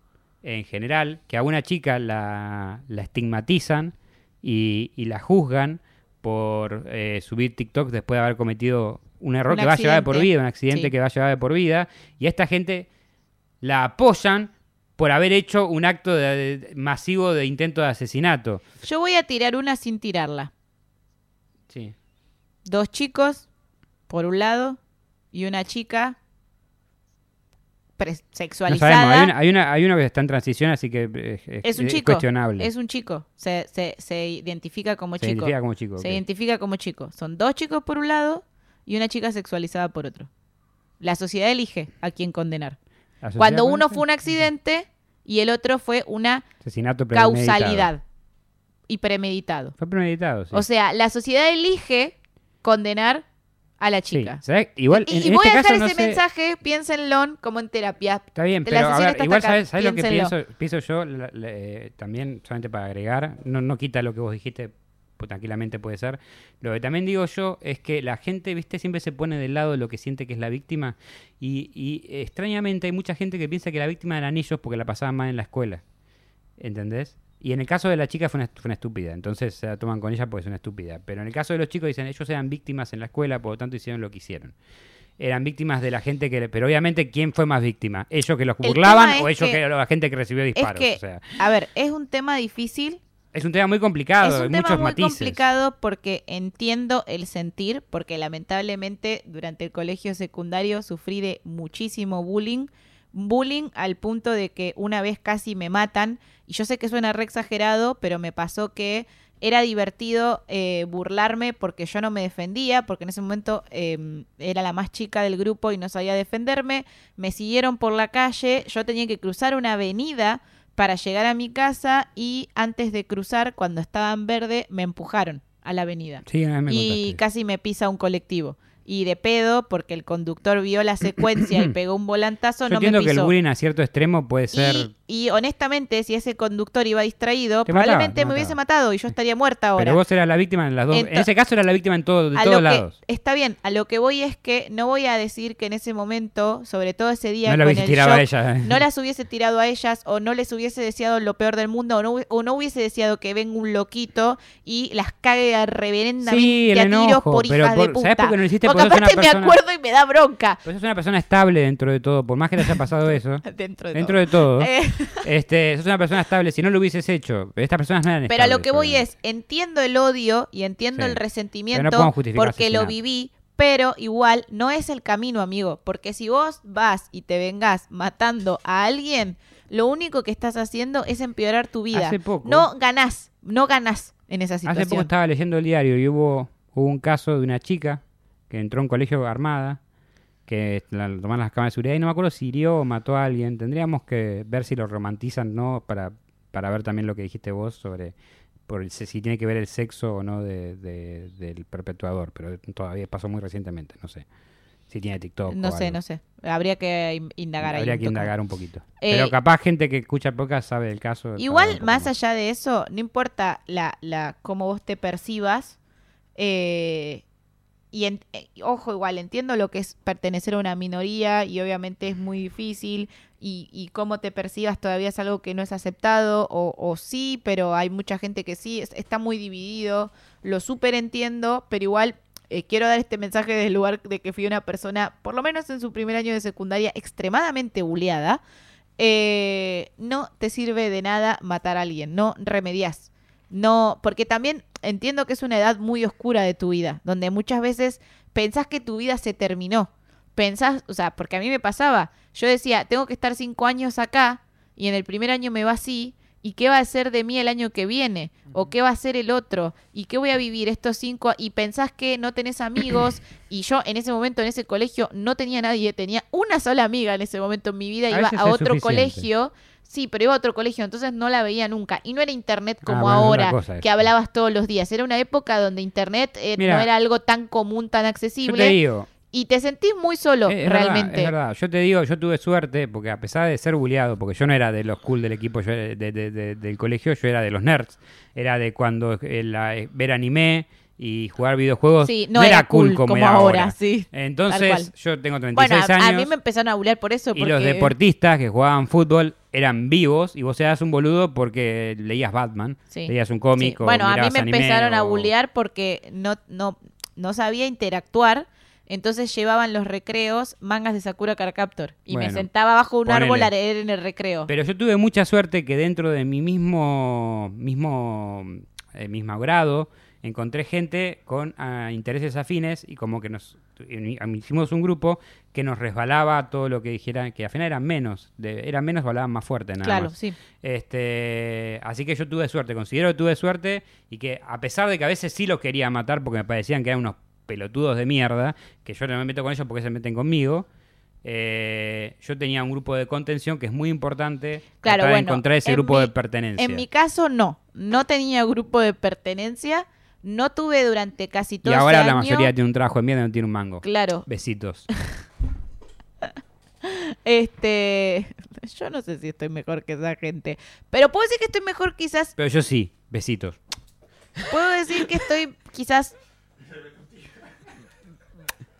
C: en general, que a una chica la, la estigmatizan y, y la juzgan por eh, subir TikTok después de haber cometido un error
B: Un
C: que va a llevar de por
B: accidente.
C: vida, un accidente
B: Sí.
C: que va a llevar de por vida, y a esta gente la apoyan por haber hecho un acto de- de- masivo de intento de asesinato.
B: Yo voy a tirar una sin tirarla.
C: Sí.
B: Dos chicos, por un lado, y una chica pres-
C: No
B: sexualizada.
C: sabemos, hay, una- hay, una- hay uno que está en transición, así que eh, es,
B: Es un
C: es
B: chico.
C: cuestionable.
B: Es un chico. Se, se- se identifica como
C: se
B: chico.
C: identifica como chico.
B: Se
C: ok.
B: identifica como chico. Son dos chicos por un lado y una chica sexualizada por otro. La sociedad elige a quién condenar.
C: La sociedad
B: Cuando
C: conoce
B: uno fue un accidente y el otro fue una
C: asesinato premeditado.
B: causalidad y premeditado.
C: Fue premeditado, sí.
B: O sea, la sociedad elige condenar a la
C: Sí,
B: chica.
C: ¿sabés? Igual,
B: Y,
C: en,
B: y
C: en
B: voy
C: este
B: a dejar
C: caso no
B: ese
C: sé-
B: mensaje, piénsenlo como en terapia.
C: Está bien,
B: La
C: pero a
B: sesión
C: ver,
B: está
C: igual
B: hasta acá,
C: sabes, lo que pienso,
B: piénsenlo.
C: pienso yo La- la- eh, también, solamente para agregar, no, no quita lo que vos dijiste, pues, tranquilamente puede ser. Lo que también digo yo es que la gente, viste, siempre se pone del lado de lo que siente que es la víctima y, y, eh, extrañamente hay mucha gente que piensa que la víctima eran ellos porque la pasaban mal en la escuela, ¿entendés? Y en el caso de la chica fue una, fue una estúpida, entonces se la toman con ella porque es una estúpida. Pero en el caso de los chicos dicen, ellos eran víctimas en la escuela, por lo tanto hicieron lo que hicieron eran víctimas de la gente que... Pero obviamente, ¿quién fue más víctima? ¿Ellos que los
B: El tema
C: burlaban
B: es
C: o ellos
B: que-
C: que, la gente que recibió
B: Es
C: disparos?
B: que,
C: o sea,
B: a ver, es un tema difícil
C: es un tema muy complicado,
B: es
C: hay
B: un
C: muchos
B: tema muy
C: matices.
B: complicado porque entiendo el sentir, porque lamentablemente durante el colegio secundario sufrí de muchísimo bullying, bullying al punto de que una vez casi me matan, y yo sé que suena re exagerado, pero me pasó que era divertido eh, burlarme porque yo no me defendía, porque en ese momento eh, era la más chica del grupo y no sabía defenderme. Me siguieron por la calle, yo tenía que cruzar una avenida para llegar a mi casa y antes de cruzar, cuando estaba en verde, me empujaron a la avenida
C: Sí, una vez me
B: y
C: contaste.
B: casi me pisa un colectivo. Y de pedo, porque el conductor vio la secuencia y pegó un volantazo,
C: Yo
B: no me
C: entiendo que el
B: pisó.
C: bullying a cierto extremo puede ser.
B: y, y honestamente, si ese conductor iba distraído,
C: Te mataba,
B: probablemente
C: te
B: me hubiese
C: mataba.
B: matado y yo estaría muerta ahora.
C: Pero vos eras la víctima en las dos. en
B: Ento-
C: ese caso eras la víctima en todo, de
B: A
C: todos
B: lo que-
C: lados.
B: está bien, a lo que voy es que no voy a decir que en ese momento, sobre todo ese día,
C: No la
B: con
C: hubiese
B: el
C: tirado a
B: shock,
C: ella.
B: no las hubiese tirado a ellas o no les hubiese deseado lo peor del mundo o no, hu- o no hubiese deseado que venga un loquito y las cague a reverendamente
C: Sí, el
B: a
C: enojo,
B: tiros por
C: pero
B: hijas de
C: por-
B: puta.
C: ¿sabés por qué no lo hiciste?
B: Porque
C: Porque sos una
B: aparte me
C: persona-
B: acuerdo y me da bronca.
C: Pues es una persona estable dentro de todo, por más que te haya pasado eso.
B: Dentro de
C: dentro
B: todo.
C: de todo.
B: Eh,
C: Este, sos una persona estable. Si no lo hubieses hecho, estas personas no eran
B: pero a lo
C: estables,
B: que voy
C: obviamente.
B: es, entiendo el odio y
C: Sí.
B: entiendo el
C: Pero no
B: resentimiento
C: podemos justificar
B: porque lo
C: asesinato.
B: viví, pero igual no es el camino, amigo. Porque si vos vas y te vengás matando a alguien, lo único que estás haciendo es empeorar tu vida.
C: Hace poco-
B: No ganás, no ganás en esa situación.
C: Hace poco estaba leyendo el diario y hubo, hubo un caso de una chica que entró a un colegio armada, que la, la tomaron las cámaras de seguridad y no me acuerdo si hirió o mató a alguien. Tendríamos que ver si lo romantizan no para, para ver también lo que dijiste vos sobre por el- si tiene que ver el sexo o no de- de- del perpetuador, pero todavía pasó muy recientemente, no sé. Si tiene TikTok.
B: No
C: o
B: sé,
C: algo.
B: no sé. Habría que in- indagar ahí
C: Habría
B: un
C: que
B: toque.
C: indagar un poquito.
B: Eh,
C: pero capaz gente que escucha pocas sabe del caso. sabe un
B: Igual,
C: poco
B: más allá de eso, no importa la, la cómo vos te percibas. eh, y en- eh, ojo, igual, entiendo lo que es pertenecer a una minoría y obviamente es muy difícil. Y, y cómo te percibas todavía es algo que no es aceptado, o, o sí, pero hay mucha gente que sí, es- está muy dividido. Lo súper entiendo, pero igual. eh, quiero dar este mensaje desde el lugar de que fui una persona, por lo menos en su primer año de secundaria, extremadamente buleada. Eh, no te sirve de nada matar a alguien, no remedias. No, porque también entiendo que es una edad muy oscura de tu vida, donde muchas veces pensás que tu vida se terminó. Pensás, o sea, porque a mí me pasaba, yo decía, tengo que estar cinco años acá y en el primer año me va así, ¿y qué va a ser de mí el año que viene? ¿O qué va a ser el otro? ¿Y qué voy a vivir estos cinco? a-?" Y pensás que no tenés amigos y yo en ese momento en ese colegio no tenía nadie, tenía una sola amiga en ese momento en mi vida,
C: A
B: iba
C: veces
B: a
C: es
B: otro
C: suficiente.
B: colegio. Sí, pero iba a otro colegio, entonces no la veía nunca. Y no era internet
C: Ah,
B: como
C: bueno, es otra
B: ahora,
C: cosa eso.
B: que hablabas todos los días. Era una época donde internet eh, no
C: Mira,
B: era algo tan común, tan
C: Yo te
B: accesible.
C: digo,
B: Y te sentís muy solo,
C: Eh, Es- es verdad,
B: realmente.
C: es verdad. Yo te digo, yo tuve suerte, porque a pesar de ser buleado, porque yo no era de los cool del equipo, yo era de- de- de- del colegio, yo era de los nerds. Era de cuando eh, la- eh, ver anime y jugar videojuegos
B: Sí, no era cool como
C: era
B: ahora, sí, tal
C: Entonces,
B: cual.
C: yo tengo 36
B: Bueno, a, a
C: años.
B: mí me empezaron a bulear por eso.
C: Y los
B: porque-
C: deportistas que jugaban fútbol eran vivos y vos eras un boludo porque leías Batman,
B: Sí.
C: leías un cómic
B: Sí.
C: o
B: Bueno, a mí
C: mirabas
B: me
C: anime
B: empezaron a
C: o-
B: bullear porque no, no, no sabía interactuar. Entonces llevaban los recreos mangas de Sakura Card Captor. Y me
C: Bueno,
B: sentaba bajo un árbol
C: ponele.
B: a leer en el recreo.
C: Pero yo tuve mucha suerte que dentro de mi mismo, mismo, eh, mismo grado encontré gente con ah, intereses afines y como que nos en- am- hicimos un grupo que nos resbalaba todo lo que dijeran, que al final eran menos, de, eran menos o hablaban más fuerte nada
B: claro,
C: más.
B: sí.
C: Este, así que yo tuve suerte, considero que tuve suerte y que a pesar de que a veces sí los quería matar porque me parecían que eran unos pelotudos de mierda, que yo no me meto con ellos porque se meten conmigo, eh, yo tenía un grupo de contención que es muy importante
B: Claro,
C: tratar de
B: bueno,
C: encontrar ese
B: en
C: grupo
B: mi-
C: de pertenencia.
B: En mi caso, no. No tenía grupo de pertenencia. No tuve durante casi
C: y
B: todo
C: ahora
B: ese
C: la
B: año-
C: mayoría tiene un trabajo de mierda y no tiene un mango.
B: Claro.
C: Besitos.
B: Este. Yo no sé si estoy mejor que esa gente. Pero puedo decir que estoy mejor, quizás.
C: Pero yo sí, besitos.
B: Puedo decir que estoy, quizás.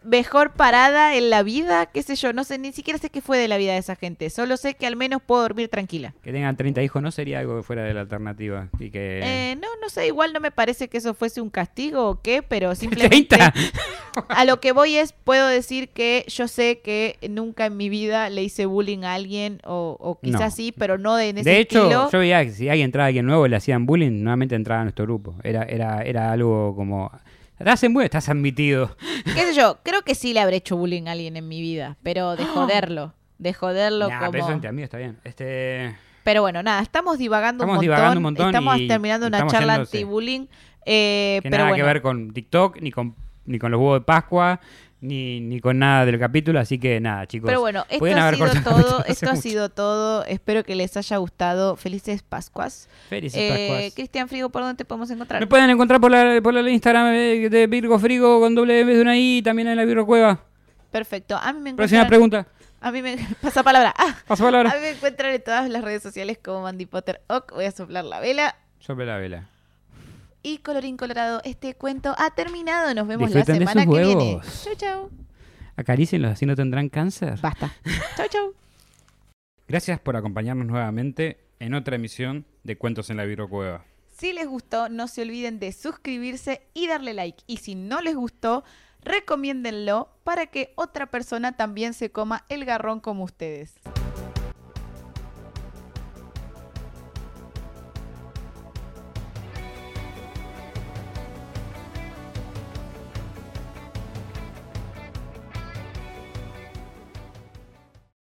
B: Mejor parada en la vida, qué sé yo. No sé, ni siquiera sé qué fue de la vida de esa gente. Solo sé que al menos puedo dormir tranquila.
C: Que tengan 30 hijos no sería algo que fuera de la alternativa. Y que...
B: Eh, no, no sé, igual no me parece que eso fuese un castigo o qué, pero simplemente.
C: 30.
B: A lo que voy es, puedo decir que yo sé que nunca en mi vida le hice bullying a alguien, o, o quizás
C: No.
B: sí, pero no de, en ese
C: De hecho,
B: estilo.
C: yo veía que si alguien entraba alguien nuevo y le hacían bullying, nuevamente entraba a nuestro grupo. Era, era, era algo como. Te hacen bullying, estás admitido.
B: ¿Qué sé yo? Creo que sí le habré hecho bullying a alguien en mi vida, pero de joderlo. De joderlo
C: Ah. Nah,
B: como... Eh,
C: pero eso entre amigos está bien. Este.
B: Pero bueno, nada, estamos divagando,
C: Estamos
B: un, montón,
C: divagando un montón
B: Estamos
C: y
B: terminando una
C: estamos
B: charla
C: yéndose.
B: anti-bullying. eh,
C: que
B: pero
C: nada
B: bueno,
C: que ver con TikTok, ni con, ni con los huevos de Pascua, ni, ni con nada del capítulo, así que nada, chicos.
B: Pero bueno, esto
C: podían
B: ha
C: haber
B: sido
C: cortado
B: todo.
C: hace
B: Esto ha
C: mucho.
B: sido todo. Espero que les haya gustado. Felices Pascuas.
C: Felices
B: Eh,
C: Pascuas.
B: Cristian Frigo, ¿por dónde te podemos encontrar?
C: Me pueden encontrar por la, por la Instagram eh, de Virgo Frigo con doble vez de una I y también en la Virgo Cueva.
B: Perfecto. A mí me
C: Próxima
B: encuentran.
C: pregunta.
B: A mí me pasa palabra. Ah,
C: Pasa
B: A
C: palabra.
B: mí me encuentran en todas las redes sociales como Mandy Potter. Ok, voy a soplar la vela.
C: Sobre la vela.
B: Y colorín colorado, este cuento ha terminado. Nos vemos la
C: Disfruten de
B: semana que
C: sus
B: viene.
C: huevos.
B: Chau, chau.
C: Acarícienlos, así no tendrán cáncer.
B: Basta. chau, chau.
C: Gracias por acompañarnos nuevamente en otra emisión de Cuentos en la Virgo Cueva.
B: Si les gustó, no se olviden de suscribirse y darle like. Y si no les gustó, recomiéndenlo para que otra persona también se coma el garrón como ustedes.